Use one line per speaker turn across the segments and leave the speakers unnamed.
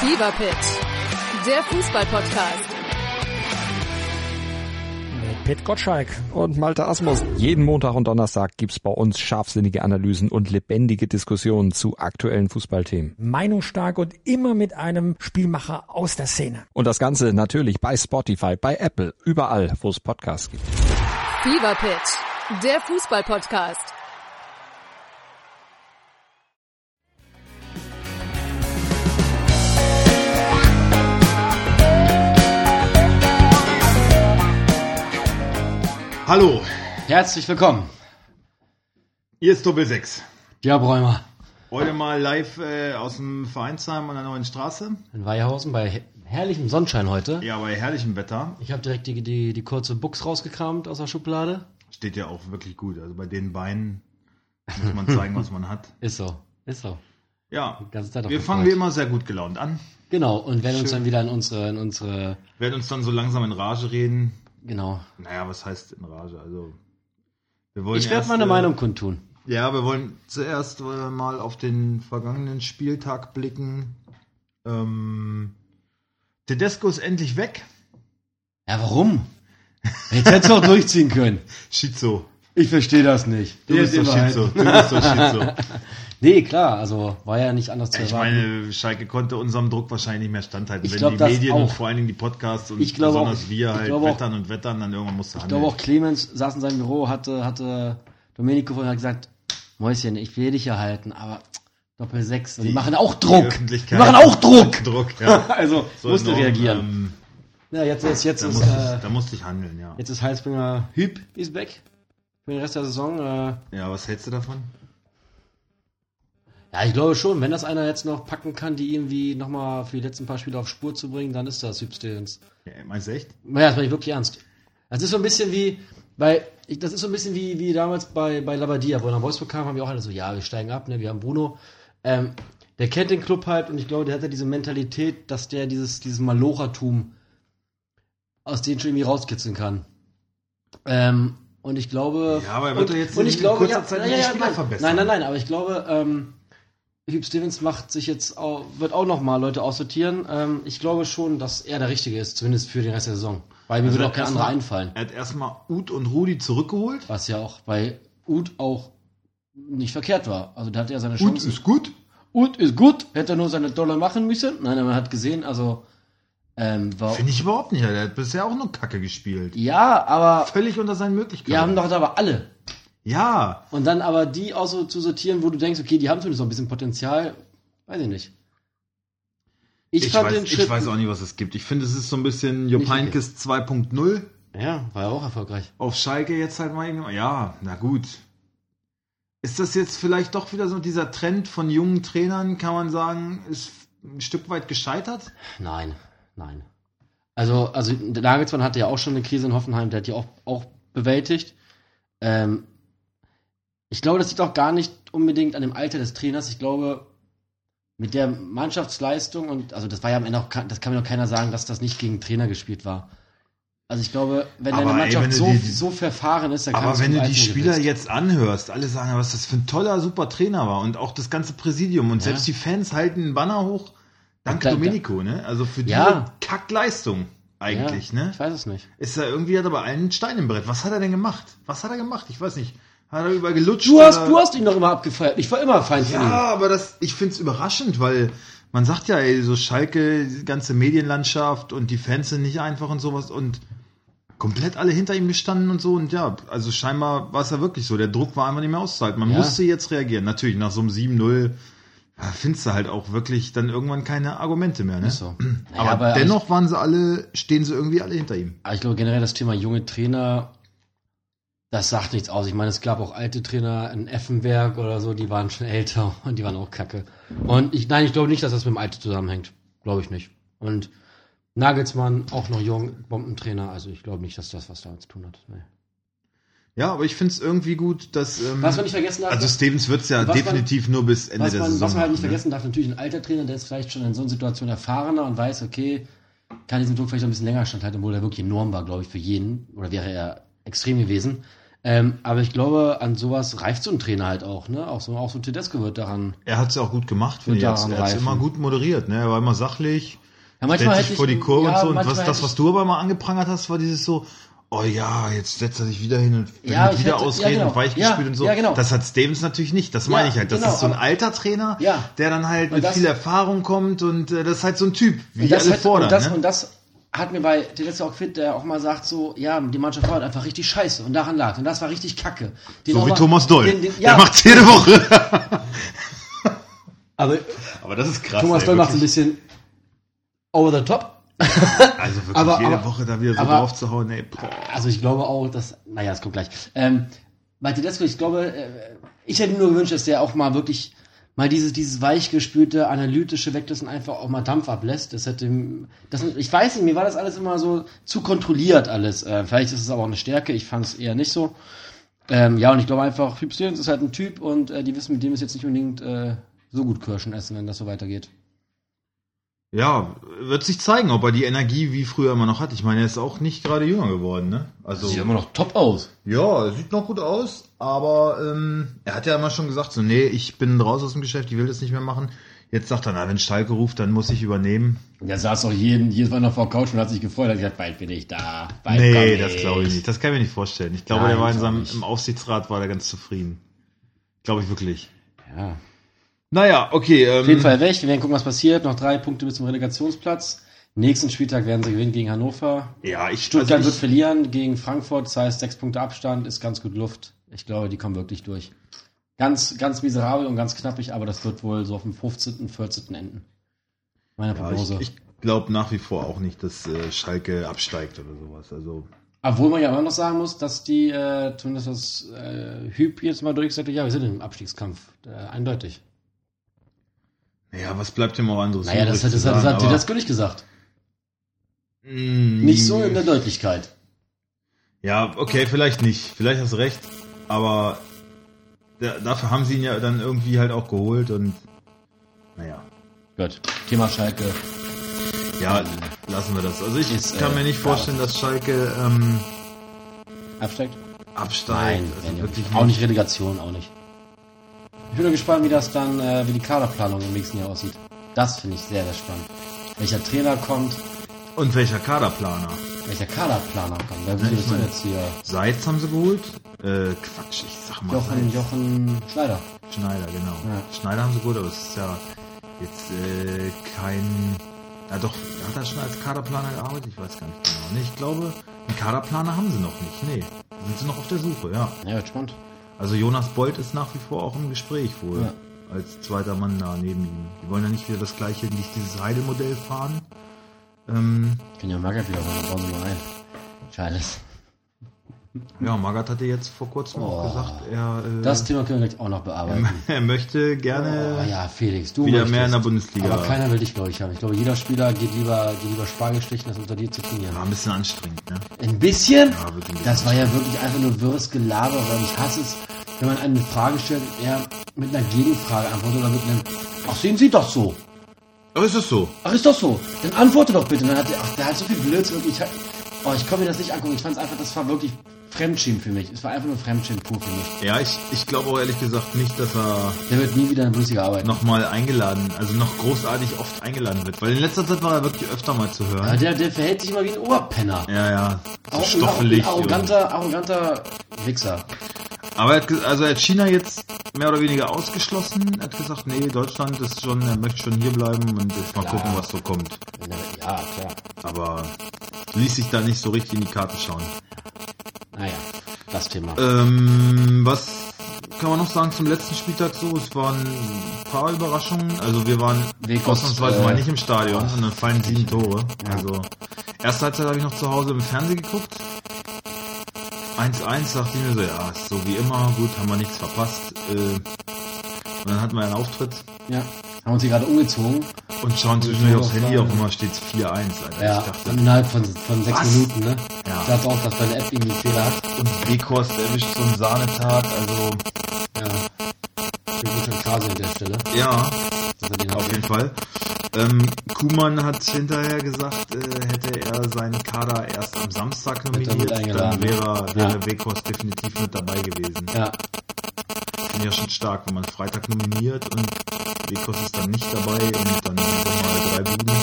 Fever Pitch, der Fußballpodcast.
Mit Pit Gottschalk.
und Malte Asmus.
Jeden Montag und Donnerstag gibt's bei uns scharfsinnige Analysen und lebendige Diskussionen zu aktuellen Fußballthemen.
Meinungsstark und immer mit einem Spielmacher aus der Szene.
Und das Ganze natürlich bei Spotify, bei Apple, überall, wo es Podcasts gibt.
Fever Pitch, der Fußballpodcast.
Hallo,
Herzlich willkommen,
hier ist Doppel 6.
Björn Bräumer
Heute mal live äh, aus dem Vereinsheim an der neuen Straße.
in Weihausen bei he- herrlichem Sonnenschein heute.
Ja, bei herrlichem Wetter.
Ich habe direkt die, die, die kurze Buchs rausgekramt aus der Schublade.
Steht ja auch wirklich gut. Also bei den Beinen muss man zeigen, was man hat.
Ist so, ist so.
Ja,
ganze Zeit auf
wir
gefreut.
fangen wie immer sehr gut gelaunt an.
Genau, und werden uns dann wieder in unsere, in unsere,
Werden uns dann so langsam in Rage reden.
genau.
Naja, was heißt in Rage? Also, wir wollen
Ich werde
erst,
meine
äh,
Meinung kundtun.
Ja, wir wollen zuerst äh, mal auf den vergangenen Spieltag blicken. Ähm, Tedesco ist endlich weg.
Ja, warum? Jetzt hättest du auch durchziehen können.
Schizo.
Ich verstehe das nicht. Du
Der
bist
ist
doch
immer halt
Schizo.
Schizo. Du bist doch Schizo.
Nee, klar, also war ja nicht anders zu
Ich
erwarten.
meine, Schalke konnte unserem Druck wahrscheinlich nicht mehr standhalten.
Ich
Wenn
glaub,
die
das
Medien und
auch.
vor allen Dingen die Podcasts und
Ich glaube auch,
besonders wir
ich
halt
glaube auch-
wettern und wettern, dann irgendwann musst du
Ich
handeln.
glaube auch Clemens saß in seinem Büro, hatte, hatte Domenico vorhin hat gesagt, Mäuschen, ich will dich ja halten, aber Doppel 6, die,
Die-
machen auch
Die
Druck. Die
Öffentlichkeit-
machen auch Druck.
Druck, ja.
also
So
musste
enorm,
reagieren.
ähm,
ja, jetzt, jetzt, jetzt,
da,
ist,
musste
äh,
ich, da musste ich handeln, ja.
jetzt ist Heilsbringer Hüb ist weg für den Rest der Saison. Äh,
Ja, was hältst du davon?
ja, ich glaube schon, wenn das einer jetzt noch packen kann, die irgendwie nochmal für die letzten paar Spiele auf Spur zu bringen, dann ist das Hüb Stevens.
Ja, meinst du echt?
Naja, das meine ich wirklich ernst. Das ist so ein bisschen wie, bei, ich, das ist so ein bisschen wie, wie damals bei, bei Labadia, wo er nach Wolfsburg kam, haben wir auch alle so, ja, wir steigen ab, ne, wir haben Bruno. Ähm, der kennt den Club halt und ich glaube, der hat ja diese Mentalität, dass der dieses, dieses Malochertum aus denen schon irgendwie rauskitzeln kann. Ähm, und ich glaube.
Ja, aber er
und,
wird doch jetzt
und
in
ich glaube,
kurzer
ja,
Zeit
ja,
nicht
ja,
Spieler
nein,
verbessern.
nein, nein, nein, aber ich glaube, ähm, Hugh Stevens macht sich jetzt auch, wird auch nochmal Leute aussortieren. Ähm, ich glaube schon, dass er der Richtige ist, zumindest für den Rest der Saison. Weil mir
Also
würde auch kein
erstmal-
anderer einfallen.
Er hat erstmal Uth und Rudi zurückgeholt.
Was ja auch bei Uth auch nicht verkehrt war. Also da hat er seine
Uth
Chancen.
ist gut.
Uth ist gut, hätte er nur seine Dollar machen müssen. Nein, aber man hat gesehen, also ähm, war,
Finde ich überhaupt nicht. Er hat bisher auch nur Kacke gespielt.
ja, aber
Völlig unter seinen Möglichkeiten.
wir haben doch aber alle.
ja,
Und dann aber die auch so zu sortieren, wo du denkst, okay, die haben zumindest noch ein bisschen Potenzial, weiß ich nicht. Ich,
ich,
fand
weiß,
den Schritt.
ich weiß auch nicht, was es gibt. Ich finde, es ist so ein bisschen Jupp
Nicht okay.
Heynckes 2.0.
Ja, war ja auch erfolgreich.
auf Schalke jetzt halt mal irgendwie. Ja, na gut. Ist das jetzt vielleicht doch wieder so dieser Trend von jungen Trainern, kann man sagen, ist ein Stück weit gescheitert?
Nein, nein. Also, also der Nagelsmann hatte ja auch schon eine Krise in Hoffenheim, der hat die auch, auch bewältigt. Ähm, ich glaube, das liegt auch gar nicht unbedingt an dem Alter des Trainers. Ich glaube, mit der Mannschaftsleistung und also das war ja am Ende auch, ka- das kann mir doch keiner sagen, dass das nicht gegen einen Trainer gespielt war. Also ich glaube, wenn
Aber
deine
ey,
Mannschaft
wenn du
so,
die- die-
so verfahren ist, dann
Aber
kannst
wenn du die
Leistung
Spieler
gewinnen.
jetzt anhörst, alle sagen, was das für ein toller, super Trainer war und auch das ganze Präsidium und
Ja.
selbst die Fans halten einen Banner hoch. Dank
Da- da-
Domenico, ne? Also für die
Ja.
Kackleistung eigentlich,
ja,
ne?
Ich weiß es nicht.
Ist da irgendwie hat er bei allen einen Stein im Brett. Was hat er denn gemacht? Was hat er gemacht? Ich weiß nicht. Hat er über gelutscht?
Du hast,
oder-
du hast ihn doch immer abgefeiert. Ich war immer Feind von ihm.
Äh, Ja, aber das, ich find's überraschend, weil man sagt ja, ey, so Schalke, die ganze Medienlandschaft und die Fans sind nicht einfach und sowas und komplett alle hinter ihm gestanden und so und ja, also scheinbar war es ja wirklich so, der Druck war einfach nicht mehr auszuhalten. Man
Ja.
musste jetzt reagieren. Natürlich, nach so einem 7-0 ja, findest du halt auch wirklich dann irgendwann keine Argumente mehr, ne?
Ist so. Naja,
Aber,
aber-
dennoch waren sie alle, stehen sie irgendwie alle hinter ihm.
Aber Also ich glaube generell das Thema junge Trainer, das sagt nichts aus. Ich meine, es gab auch alte Trainer in Effenberg oder so, die waren schon älter und die waren auch kacke. Und ich, nein, ich glaube nicht, dass das mit dem Alter zusammenhängt. Glaube ich nicht. Und Nagelsmann, auch noch jung, Bombentrainer. Also ich glaube nicht, dass das was damit zu tun hat. Nee.
Ja, aber ich find's irgendwie gut, dass. Ähm,
Was man nicht vergessen darf,
also Stevens wird's ja
was man-
definitiv nur bis Ende
was,
der
man,
Saison.
was man halt nicht
machen, ne?
vergessen darf, natürlich ein alter Trainer, der ist vielleicht schon in so einer Situation erfahrener und weiß, okay, kann diesen Druck vielleicht noch ein bisschen länger standhalten, obwohl er wirklich enorm war, glaube ich, für jeden. Oder wäre er extrem gewesen. Ähm, aber ich glaube, an sowas reicht so ein Trainer halt auch, ne? Auch so, auch so Tedesco wird daran.
Er hat es ja auch gut gemacht, finde
Wird
ich. Er
daran
hat
reifen.
immer gut moderiert, ne? Er war immer sachlich,
Ja,
stellt sich
hätte ich-
vor die Kurve
ja,
und so. Und
manchmal
was, das,
hätte
was du aber mal angeprangert hast, war dieses so, oh ja, jetzt setzt er sich wieder hin und
Ja,
will
ich
wieder
hätte- ja,
ausreden
genau.
und weichgespült
Ja,
und so.
ja, genau.
Das hat Stevens natürlich nicht. Das meine ich halt. Das
genau,
ist so ein
aber-
alter Trainer,
Ja.
der dann halt
Und
mit
das-
viel Erfahrung kommt und äh, das ist halt so ein Typ, wie
Und
die
das,
alle
hat,
fordern.
und, das,
ne?
und das hat mir bei Tedesco auch fit, der auch mal sagt, so, ja, die Mannschaft war halt einfach richtig scheiße und daran lag. Und das war richtig kacke. Den
so
auch
wie
mal-
Thomas Doll.
Den, den, ja,
Der macht's jede Woche.
aber
Aber das ist krass.
Thomas
ey,
Doll macht ein
wirklich.
bisschen over the top.
Also wirklich
aber-
jede
aber-
Woche da wieder so
aber-
drauf zu hauen, ey. boah.
Also ich glaube auch, dass, naja, es kommt gleich. Ähm, bei Tedesco, ich glaube, äh, ich hätte mir nur gewünscht, dass der auch mal wirklich mal dieses, dieses weichgespülte, analytische weglässt und einfach auch mal Dampf ablässt. Das hätte, ihm- das, ich weiß nicht, mir war das alles immer so zu kontrolliert alles. Äh, vielleicht ist es aber auch eine Stärke, ich fand es eher nicht so. Ähm, ja, und ich glaube einfach, Hüb Stevens ist halt ein Typ und äh, die wissen, mit dem ist jetzt nicht unbedingt äh, so gut Kirschen essen, wenn das so weitergeht.
Ja, wird sich zeigen, ob er die Energie wie früher immer noch hat. Ich meine, er ist auch nicht gerade jünger geworden, ne? Also,
noch top aus.
ja, er sieht noch gut aus, aber ähm, er hat ja immer schon gesagt, so, nee, ich bin raus aus dem Geschäft, ich will das nicht mehr machen. Jetzt sagt er, na, wenn Schalke ruft, dann muss ich übernehmen.
Der saß doch jeden, jedes Mal noch vor der Couch und hat sich gefreut, hat gesagt, bald bin ich da. Bald
nee,
komm
das glaube ich nicht. Das kann ich mir nicht vorstellen. Ich glaube,
Nein,
der war in
ich
seinem,
auch nicht.
im Aufsichtsrat war der ganz zufrieden. Glaube ich wirklich.
Ja.
Naja, okay. Ähm,
Auf jeden Fall weg, wir werden gucken, was passiert. Noch drei Punkte bis zum Relegationsplatz. Nächsten Spieltag werden sie gewinnen gegen Hannover.
Ja, ich,
Stuttgart
also
wird
ich,
verlieren gegen Frankfurt, das heißt sechs Punkte Abstand, ist ganz gut Luft. Ich glaube, die kommen wirklich durch. Ganz, ganz miserabel und ganz knappig, aber das wird wohl so auf dem 15., 14. enden. Meine
ja, ich,
Prognose.
ich glaube nach wie vor auch nicht, dass äh, Schalke absteigt oder sowas. Also
Obwohl man ja immer noch sagen muss, dass die, äh, zumindest das äh, Hüb jetzt mal durchgesagt hat, ja, wir sind im Abstiegskampf. Äh, eindeutig.
Naja, was bleibt ihm auch anderes?
Naja, das,
übrig
hat-
zu
das, hat- das
sagen,
hat
aber-
Tedesco nicht gesagt.
Mm,
Nicht so in der Deutlichkeit.
Ja, okay, vielleicht nicht. Vielleicht hast du recht. Aber da, dafür haben sie ihn ja dann irgendwie halt auch geholt und. Naja.
Gut. Thema Schalke.
Ja, lassen wir das. Also ich
Ist,
kann
äh,
mir nicht vorstellen, dass Schalke ähm,
Absteigt?
absteigt.
wenn
also wirklich
nicht. Auch nicht Relegation, auch nicht. Ich bin nur gespannt, wie das dann, äh, wie die Kaderplanung im nächsten Jahr aussieht. Das finde ich sehr, sehr spannend. Welcher Trainer kommt,
Und welcher Kaderplaner?
welcher Kaderplaner kommt. Da würde
ich
ich denn
meine-
jetzt hier.
Seitz haben sie geholt. Äh, Quatsch, ich sag mal.
Jochen,
Seitz.
Jochen Schneider.
Schneider, genau.
Ja.
Schneider haben sie gut, aber es ist ja jetzt äh, kein. Ja doch, hat er schon als Kaderplaner gearbeitet? Ich weiß gar nicht genau. Nee, ich glaube, einen Kaderplaner haben sie noch nicht. Nee. Sind sie noch auf der Suche, ja.
Ja, wird spannend.
Also Jonas Bolt ist nach wie vor auch im Gespräch wohl.
Ja.
Als zweiter Mann da neben ihm. Die wollen ja nicht wieder das gleiche, nicht dieses Heidel-Modell fahren. Ähm,
Ich kann ja Magath wieder holen, da brauchen wir nur ein. Scheiße.
ja, Magath hatte jetzt vor kurzem auch
Oh.
gesagt, er, äh,
Das Thema können wir gleich auch noch bearbeiten.
er möchte
Oh
gerne
ja, Felix, du
wieder
möchtest.
mehr in der Bundesliga.
Aber keiner will dich, glaube ich, haben. Ich glaube, jeder Spieler geht lieber, geht lieber Spargel stechen, als unter dir zu trainieren.
War ein bisschen anstrengend, ne?
Ein bisschen?
Ja, wird ein bisschen
Das war ja wirklich einfach nur wirres Gelaber, weil ich hasse es, wenn man eine Frage stellt, er mit einer Gegenfrage antwortet oder mit einem, ach, sehen Sie doch so.
Aber ist es so?
Ach, ist doch so. Dann antworte doch bitte. Und dann hat der, ach, der hat so viel Blödsinn. Und ich, hab- oh, ich konnte mir das nicht angucken. Ich fand es einfach, das war wirklich Fremdschirm für mich. Es war einfach nur Fremdschirm pur für mich.
Ja, ich, ich glaube auch ehrlich gesagt nicht, dass er
Der wird nie wieder in der Bundesliga arbeiten.
nochmal eingeladen, also noch großartig oft eingeladen wird. Weil in letzter Zeit war er wirklich öfter mal zu
Aber
hören.
der, der verhält sich immer wie ein Oberpenner.
Ja, ja. So
Auch ein- auch ein
stoffelig. und-
arroganter, arroganter Wichser.
Aber er hat, ge- also er hat China jetzt mehr oder weniger ausgeschlossen. Er hat gesagt, nee, Deutschland ist schon, er möchte schon hier bleiben und jetzt mal
Ja.
gucken, was so kommt.
Ja, klar.
Aber ließ sich da nicht so richtig in die Karten schauen.
Naja, das Thema.
Ähm, was kann man noch sagen zum letzten Spieltag so? Es waren ein paar Überraschungen. Also wir waren
Wegos,
ausnahmsweise
äh,
mal nicht im Stadion
ach,
und dann fallen sieben Tore. Also erste Halbzeit habe ich noch zu Hause im Fernsehen geguckt. 1-1 dachte ich mir so, ja, ist so wie immer, gut, haben wir nichts verpasst. Äh, und dann hatten wir einen Auftritt
Ja. Haben uns hier gerade umgezogen.
und schauen zwischendurch
Tore
aufs Handy, auf
fallen.
einmal steht 4-1, Alter.
Ja,
Ich dachte,
und innerhalb von, von sechs
Was?
Minuten, ne?
Ja.
Ich dachte auch, dass deine App irgendwie Fehler hat.
und Weghorst erwischt so einen Sahnetag, also
Ja. Ich bin schon Kasi an der Stelle.
ja,
dass er den
auf
hat.
jeden Fall. Ähm, Kuhmann hat hinterher gesagt, äh, hätte er seinen Kader erst am Samstag
er mit
nominiert, dann
eingeladen.
wäre, wäre
Ja.
Weghorst definitiv mit dabei gewesen.
Ja,
Finde ja schon stark, wenn man Freitag nominiert und Weghorst ist dann nicht dabei und dann nochmal drei Buden,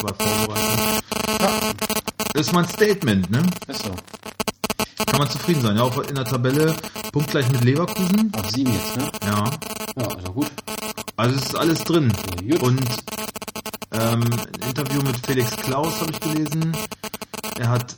zwei Vorbereitungen. Ja. Ist mal ein Statement, ne?
ist so.
Kann man zufrieden sein. Ja, auch in der Tabelle punktgleich mit Leverkusen.
Auf sieben jetzt, ne?
Ja.
Ja, ist doch gut.
Also es ist alles drin.
Ja, gut.
Und ähm, ein Interview mit Felix Klaus habe ich gelesen. Er hat,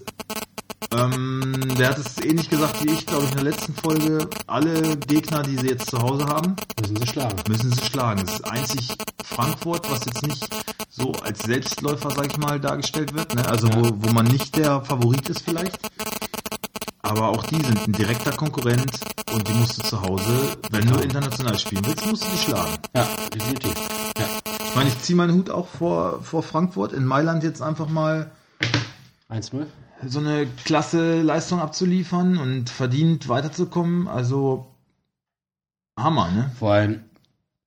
ähm, der hat es ähnlich gesagt wie ich, glaube ich, in der letzten Folge. Alle Gegner, die sie jetzt zu Hause haben,
Müssen sie schlagen.
müssen sie schlagen. Es ist einzig Frankfurt, was jetzt nicht so als Selbstläufer, sag ich mal, dargestellt wird. Ne? Also
Ja.
wo, wo man nicht der Favorit ist vielleicht. Aber auch die sind ein direkter Konkurrent und die musst du zu Hause, wenn du international spielen willst, musst du die schlagen.
Ja, definitiv. Ja.
Ich meine, ich ziehe meinen Hut auch vor, vor Frankfurt in Mailand jetzt einfach mal
1-0.
so eine klasse Leistung abzuliefern und verdient weiterzukommen. Also Hammer, ne?
Vor allem,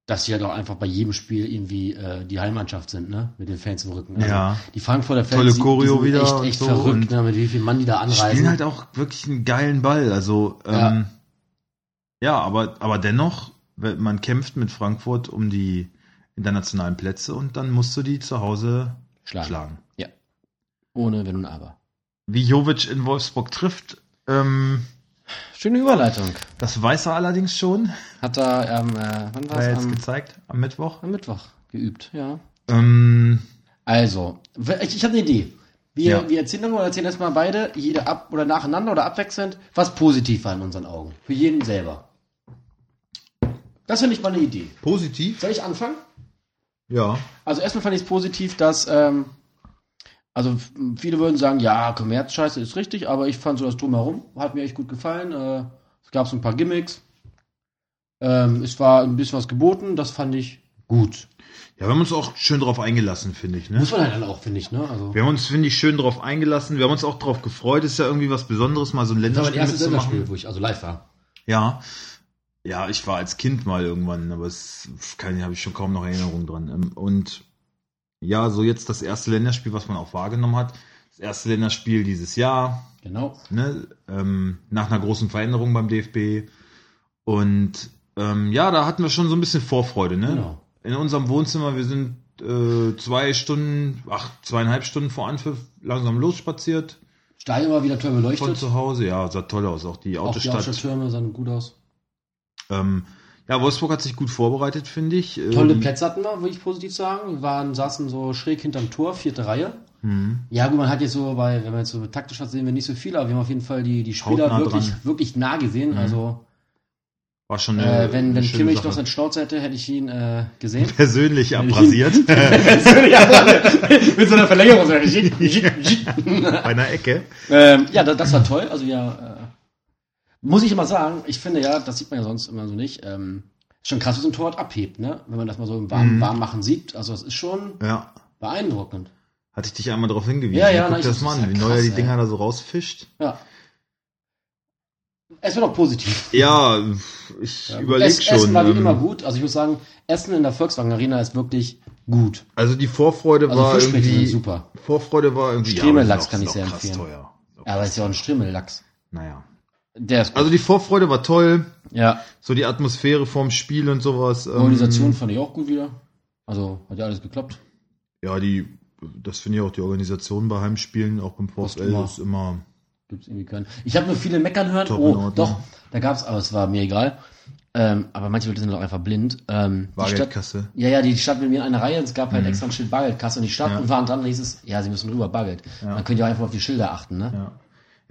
dass sie ja halt doch einfach bei jedem Spiel irgendwie äh, die Heimmannschaft sind, ne? Mit den Fans im Rücken.
Ja.
Die Frankfurter Fans
Tolle
die- die
Choreo
sind
wieder
echt,
und
echt
so und-
verrückt, ne? Mit wie viel Mann die da
Die
anreisen.
spielen halt auch wirklich einen geilen Ball. Also ähm, ja,
Ja.
aber, aber dennoch, wenn- man kämpft mit Frankfurt um die internationalen Plätze und dann musst du die zu Hause
schlagen.
schlagen.
Ohne Wenn und Aber.
Wie Jovic in Wolfsburg trifft, ähm,
Schöne Überleitung.
das weiß er allerdings schon,
Hat da am, äh,
war
wann war's?
er jetzt
Am,
gezeigt am Mittwoch.
am Mittwoch geübt, ja.
Ähm,
Also, w- ich, ich habe eine Idee. Wir,
Ja.
wir erzählen nochmal, erzählen erstmal beide, jeder ab oder nacheinander oder abwechselnd, was positiv war in unseren Augen. Für jeden selber. Das finde ich mal eine Idee.
Positiv?
Soll ich anfangen?
Ja.
Also erstmal fand ich es positiv, dass, ähm, also f- viele würden sagen, ja, Kommerzscheiße ist richtig, aber ich fand so das drumherum, hat mir echt gut gefallen. Äh, es gab so ein paar Gimmicks. Ähm, es war ein bisschen was geboten, das fand ich gut.
Ja, wir haben uns auch schön drauf eingelassen, finde ich. Ne?
Muss man halt dann auch, finde ich, ne? Also,
Wir haben uns, finde ich, schön drauf eingelassen. Wir haben uns auch drauf gefreut. Ist ja irgendwie was Besonderes, mal so ein
das war mein
Länderspiel
erstes Länderspiel,
mitzumachen.
wo ich also live war.
Ja. Ja, ich war als Kind mal irgendwann, aber es keine, habe ich schon kaum noch Erinnerungen dran. Ähm, Und ja, so jetzt das erste Länderspiel, was man auch wahrgenommen hat. Das erste Länderspiel dieses Jahr,
Genau.
ne, ähm, nach einer großen Veränderung beim DFB. Und ähm, ja, da hatten wir schon so ein bisschen Vorfreude, ne?
Genau.
In unserem Wohnzimmer, wir sind äh, zwei Stunden, ach, zweieinhalb Stunden vor Anpfiff langsam losspaziert.
Stadion war wieder toll
Von
beleuchtet.
zu Hause, ja, sah toll aus, auch die
Auch die
Autostadt.
Autostadttürme sahen gut aus.
ähm, ja, Wolfsburg hat sich gut vorbereitet, finde ich. Ähm,
Tolle Plätze hatten wir, würde ich positiv sagen. Wir waren, saßen so schräg hinterm Tor, vierte Reihe.
Mhm.
Ja, gut, man hat jetzt so bei, wenn man jetzt so taktisch hat, sehen wir nicht so viel, aber wir haben auf jeden Fall die, die Spieler
Hautnah
wirklich,
dran.
wirklich nah gesehen. Also,
War schon eine,
äh, wenn,
eine
wenn
schöne
Kimmich
Sache.
noch seinen Schnauz hätte, hätte ich ihn äh, gesehen.
persönlich abrasiert
Mit so einer Verlängerung. so, jit, jit, jit.
bei einer Ecke.
ähm, ja, das, das war toll. Also, ja, äh, muss ich immer sagen, ich finde ja, das sieht man ja sonst immer so nicht. Ähm, ist schon krass, wie so ein Torwart abhebt, ne? Wenn man das mal so im Warm,
Mhm.
warm machen sieht. Also, das ist schon
Ja,
beeindruckend.
hatte ich dich einmal darauf hingewiesen.
Ja, ja,
Guck
na, ich-
das
das
mal
ist
an,
ja
wie neu er die
krass,
Dinger
ey.
da so rausfischt.
Ja. Es wird auch positiv.
Ja, ich
Ja,
überlege
Es-
schon.
Essen war wie
ähm,
immer gut. Also ich muss sagen, Essen in der Volkswagen Arena ist wirklich gut.
Also die Vorfreude
Also
war
Fischbrötchen
irgendwie
sind super.
Vorfreude war irgendwie
Stremelachs
aber
kann
ist
ich
auch-
sehr
ist auch krass
empfehlen.
Teuer.
Ja, aber es ist ja auch ein Strimmellachs.
Naja.
Der ist gut.
Also die Vorfreude war toll,
ja,
so die Atmosphäre vorm Spiel und sowas. ähm,
Organisation fand ich auch gut wieder. Also hat ja alles geklappt.
Ja, die das finde ich auch die Organisation bei Heimspielen auch beim VfL
immer.
ist immer
Gibt's irgendwie keinen. Ich habe nur viele meckern hören.
Top in
oh,
Ordnung.
doch, da gab's, aber es war mir egal. Ähm, aber manche Leute sind auch einfach blind. Ähm, die Stadt,
Bargeldkasse. Mhm.
ja, ja, die Stadt mit mir in einer Reihe. Es gab halt extra ein Schild Bargeldkasse und die Stadt
Ja.
und waren dran. Da hieß es, ja, sie müssen rüber Bargeld. Man könnte ja auch einfach auf die Schilder achten, ne?
Ja.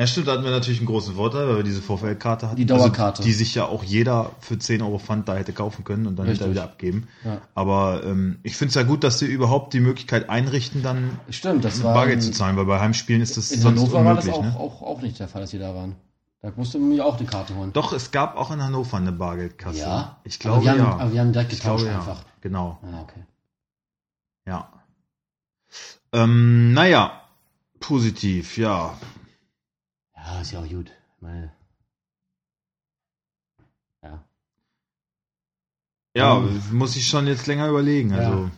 Ja, stimmt, da hatten wir natürlich einen großen Vorteil, weil wir diese VfL-Karte hatten.
Die Dauerkarte.
Also, die sich ja auch jeder für 10 Euro Pfand da hätte kaufen können und dann
Richtig.
hinterher wieder abgeben.
Ja.
Aber ähm, ich finde es ja gut, dass sie überhaupt die Möglichkeit einrichten, dann
Stimmt, das war.
Bargeld
ein-
zu zahlen, weil bei Heimspielen ist das
In
sonst
Hannover war das
unmöglich.
auch,
ne?
auch, auch nicht der Fall, dass die da waren. Da musste man mir auch die Karte holen.
Doch, es gab auch in Hannover eine Bargeldkasse.
Ja? Also
Ich
aber
glaube
wir haben,
ja.
Aber wir haben direkt
ich
getauscht
glaube ja.
einfach.
Genau,
Ah, okay.
ja. Ähm, naja, positiv, ja.
Ja, ist ja auch gut. Ich Meine, ja.
Ja,
Ähm. Ähm.
muss ich schon jetzt länger überlegen. Also,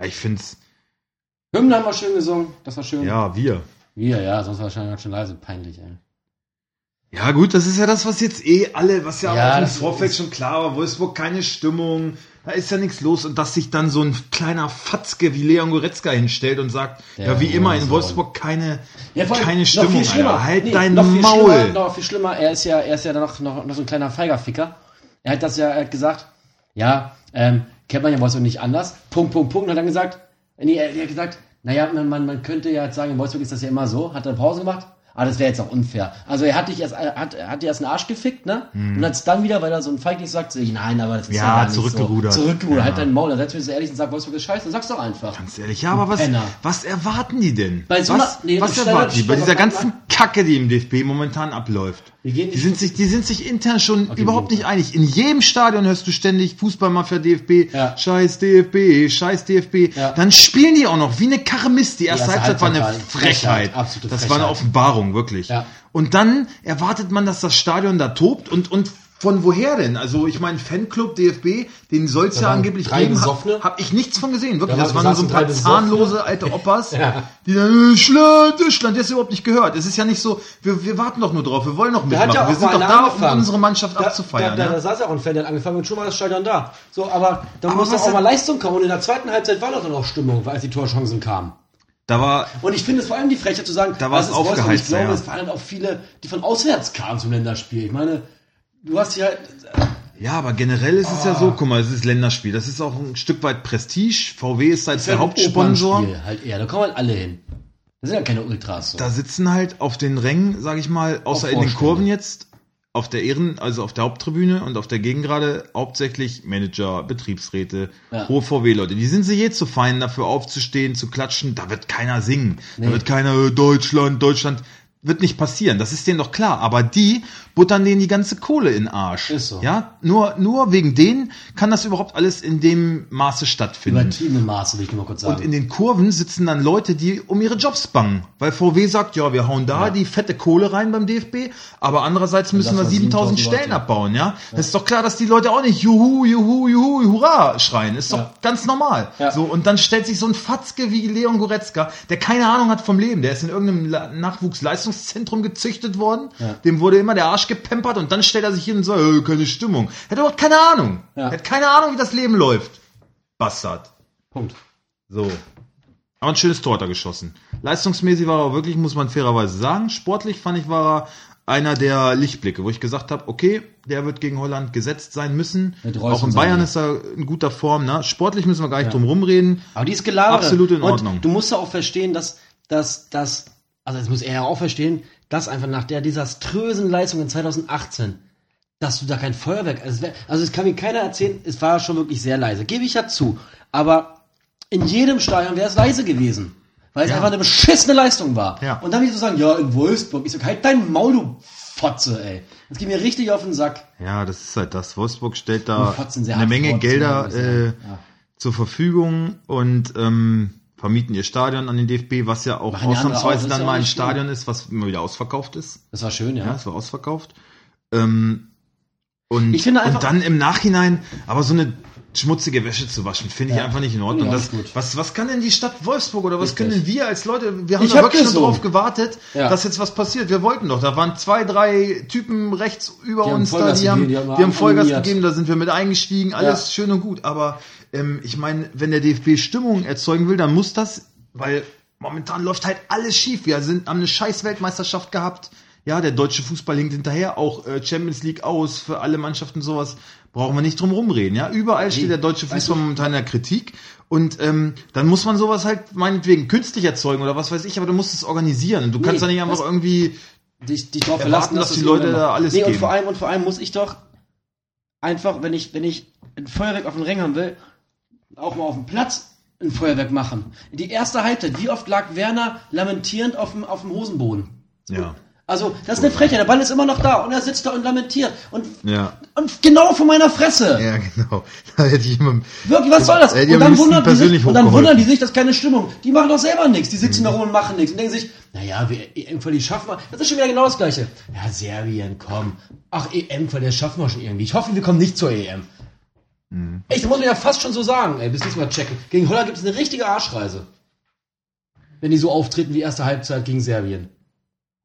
Ja, Ich find's,
Hymne haben wir schön gesungen, das war schön.
ja, wir.
Wir, ja, sonst war es wahrscheinlich ganz schön leise, peinlich, ey.
Ja, gut, das ist ja das, was jetzt eh alle, was ja,
Ja,
auch im
das
Vorfeld
ist-
schon klar war, Wolfsburg keine Stimmung, da ist ja nichts los und dass sich dann so ein kleiner Fatzke wie Leon Goretzka hinstellt und sagt,
Der
ja, wie immer in
Hurensohn.
Wolfsburg keine,
Ja, vor allem
keine
noch
Stimmung,
viel schlimmer.
Alter. halt
Nee,
dein
noch viel
Maul.
Schlimmer, noch viel schlimmer, er ist ja, er ist ja dann noch, noch, noch so ein kleiner Feigerficker. Er hat das ja, er hat gesagt, ja, ähm, kennt man ja Wolfsburg nicht anders. Punkt, Punkt, Punkt. Und hat dann gesagt, nee, er, er hat gesagt, naja, man, man, man könnte ja jetzt sagen, in Wolfsburg ist das ja immer so, hat dann Pause gemacht. Ah, das wäre jetzt auch unfair. Also er hat dich erst, er hat, er hat dir erst einen Arsch gefickt, ne? Und hat es dann wieder, weil er so ein Feigling sagt, so, nein, aber das
Hm.
ist
Ja,
ja, gar nicht
zurückgerudert.
So. Zurückgerudert,
Ja.
halt dein Maul. Dann setzt mich so ehrlich und sagt, Wolfsburg ist scheiße. Sag's doch einfach.
Ganz ehrlich, ja, aber was,
Penner.
was erwarten die denn?
Bei so
was
einer- nee,
was
das
erwarten
ist
die
ja-
bei dieser ganzen Kacke, die im DFB momentan abläuft?
Wir gehen
Die sind sich, die sind sich intern schon überhaupt
gut.
nicht einig. In jedem Stadion hörst du ständig Fußballmafia DFB,
Ja.
scheiß DFB, scheiß DFB.
Ja.
Dann spielen die auch noch wie eine Karre Mist. Die erste
erste
Halbzeit war eine
Halbzeit war eine
Frechheit.
Frechheit, absolute
das war eine
Frechheit.
Offenbarung, wirklich.
Ja.
Und dann erwartet man, dass das Stadion da tobt und, und von woher denn? Also ich meine, Fanclub DFB, den soll es
Da
ja
waren
angeblich
drei
geben.
Besoffene.
Habe hab ich nichts von gesehen, wirklich.
Da
Das
waren-
waren so ein
saßen
paar
drei Besoffene.
zahnlose alte Opas,
Ja.
die dann, äh, Schland, Schland, der ist überhaupt nicht gehört. Es ist ja nicht so, wir, wir warten doch nur drauf, wir wollen doch
Der hat
mitmachen.
ja auch
wir sind
mal
doch
einer
da, um
angefangen.
unsere Mannschaft
Da-
abzufeiern.
Da, da,
ja?
da saß ja auch ein Fan, der hat angefangen und schon war das Stadion da. So, aber da
Aber
muss
was
doch auch
hat-
mal Leistung kommen. Und in der zweiten Halbzeit war doch dann auch Stimmung, als die Torchancen kamen.
Da war,
Und ich finde es vor allem die Frechheit zu sagen,
Da war
das
es
ist Wolfsburg.
aufgeheizt,
Ich glaube,
ja.
es waren halt auch viele, die von auswärts kamen zum Länderspiel. Ich meine, du hast ja,
ja, aber generell ist
Ah.
es ja so, guck mal, es ist Länderspiel. Das ist auch ein Stück weit Prestige. VW ist halt der
ein
Hauptsponsor.
Opernspiel Halt eher, da kommen halt alle hin. Das sind ja keine Ultras. So.
Da sitzen halt auf den Rängen, sage ich mal, außer
Auch
in den
Vorstände.
Kurven jetzt, auf der Ehren, also auf der Haupttribüne und auf der Gegengrade hauptsächlich Manager, Betriebsräte,
Ja.
hohe VW-Leute. Die sind sie je zu fein, dafür aufzustehen, zu klatschen. Da wird keiner singen. Da
Nee.
wird keiner äh, Deutschland, Deutschland. Wird nicht passieren, das ist denen doch klar. Aber die buttern denen die ganze Kohle in den Arsch.
Ist so.
Ja, nur, nur wegen denen kann das überhaupt alles in dem Maße stattfinden.
Übertriebene Maße, will ich nur mal kurz sagen.
Und in den Kurven sitzen dann Leute, die um ihre Jobs bangen. Weil VW sagt, ja, wir hauen da die fette Kohle rein beim DFB, aber andererseits müssen wir
lassen wir
7000
7000
Stellen
Leute.
abbauen, ja? Das ist doch klar, dass die Leute auch nicht juhu, juhu, juhu, hurra schreien. Ist doch
Ja.
ganz normal.
Ja.
So, und dann stellt sich so ein Fatzke wie Leon Goretzka, der keine Ahnung hat vom Leben. Der ist in irgendeinem La- Nachwuchsleistungszentrum gezüchtet worden.
Ja.
Dem wurde immer der Arsch gepempert und dann stellt er sich hin und sagt, äh, keine Stimmung. Er hat überhaupt keine Ahnung.
Ja.
Er hat keine Ahnung, wie das Leben läuft. Bastard.
Punkt.
So. Aber ein schönes Tor hat er geschossen. Leistungsmäßig war er auch wirklich, muss man fairerweise sagen. Sportlich fand ich, war er einer der Lichtblicke, wo ich gesagt habe, okay, der wird gegen Holland gesetzt sein müssen.
Mit Reus
Auch in
und
Bayern
Sané.
ist er in guter Form. Ne? Sportlich müssen wir gar nicht drum rumreden.
Aber die ist gelabert.
Absolut in Ordnung.
Und du musst ja auch verstehen, dass, dass, dass, also das muss er ja auch verstehen, dass einfach nach der desaströsen Leistung in 2018, dass du da kein Feuerwerk, also es, wär, also es kann mir keiner erzählen, es war schon wirklich sehr leise, gebe ich ja zu. Aber in jedem Stadion wäre es leise gewesen. Weil es
Ja.
einfach eine beschissene Leistung war.
Ja.
Und dann wieder so sagen, ja, in Wolfsburg. Ich so, halt dein Maul, du Fotze, ey. Das geht mir richtig auf den Sack.
Ja, das ist halt das. Wolfsburg stellt
Nur
da
Fotzen, sehr
eine
hartes
Menge
Wort,
Gelder
muss ich
äh,
sagen. Ja.
zur Verfügung und ähm, vermieten ihr Stadion an den DFB, was ja auch
Machen die anderen auch,
ausnahmsweise
ist
dann
ja
mal ein
nicht schlimm.
Stadion ist, was immer wieder ausverkauft ist.
Das war schön, ja.
Ja, es war ne, ausverkauft. Ähm, und,
Ich finde einfach-
und dann im Nachhinein aber so eine schmutzige Wäsche zu waschen, finde ich
Ja.
einfach nicht in Ordnung.
Ja,
das,
ist gut.
was, was kann denn die Stadt Wolfsburg oder was
Richtig.
können wir als Leute, wir haben
Ich
da
hab
wirklich schon
gesungen.
drauf gewartet,
Ja.
dass jetzt was passiert. Wir wollten doch, da waren zwei, drei Typen rechts über
Die haben
uns da,
Vollgas
die haben,
gegeben,
die
die
haben,
haben
Vollgas
animiert.
gegeben, da sind wir mit eingestiegen, alles schön und gut. Aber ähm, ich meine, wenn der DFB Stimmung erzeugen will, dann muss das, weil momentan läuft halt alles schief. Wir sind, haben eine scheiß Weltmeisterschaft gehabt. Ja, der deutsche Fußball hinkt hinterher, auch äh, Champions League aus für alle Mannschaften sowas. Brauchen wir nicht drum rumreden, ja. Überall steht der deutsche Fußball momentan in der Kritik. Und ähm, dann muss man sowas halt meinetwegen künstlich erzeugen oder was weiß ich, aber du musst es organisieren. Und du kannst da nicht einfach
das-
irgendwie.
dich, dich darauf
Erwarten,
verlassen,
dass die
es
Leute
irgendwann
da
macht.
alles
und
geben.
vor allem und vor allem muss ich doch einfach, wenn ich wenn ich ein Feuerwerk auf den Ring haben will, auch mal auf dem Platz ein Feuerwerk machen. Die erste Halbzeit, wie oft lag Werner lamentierend auf dem auf dem Hosenboden?
Ja.
Also, das ist eine Frechheit. Der Ball ist immer noch da und er sitzt da und lamentiert und
Ja.
und genau vor meiner Fresse.
Ja, genau. Da hätte ich immer,
Wirklich, was soll das?
Ey, Äh, die
und,
haben
dann
Houston
wundern die
persönlich
sich, und dann
hochgeholt.
wundern die sich, dass keine Stimmung. Die machen doch selber nichts. Die sitzen da rum und machen nichts und denken sich, naja, wir EM-Quali schaffen wir. Das ist schon wieder genau das Gleiche. E Ja, Serbien, komm. Ach, EM-Quali, das schaffen wir schon irgendwie. E Ich hoffe, wir kommen nicht zur EM.
Mhm.
Echt, das muss man ja fast schon so sagen, ey, bis diesmal checken. Gegen Holland gibt es eine richtige Arschreise. Wenn die so auftreten wie erste Halbzeit gegen Serbien.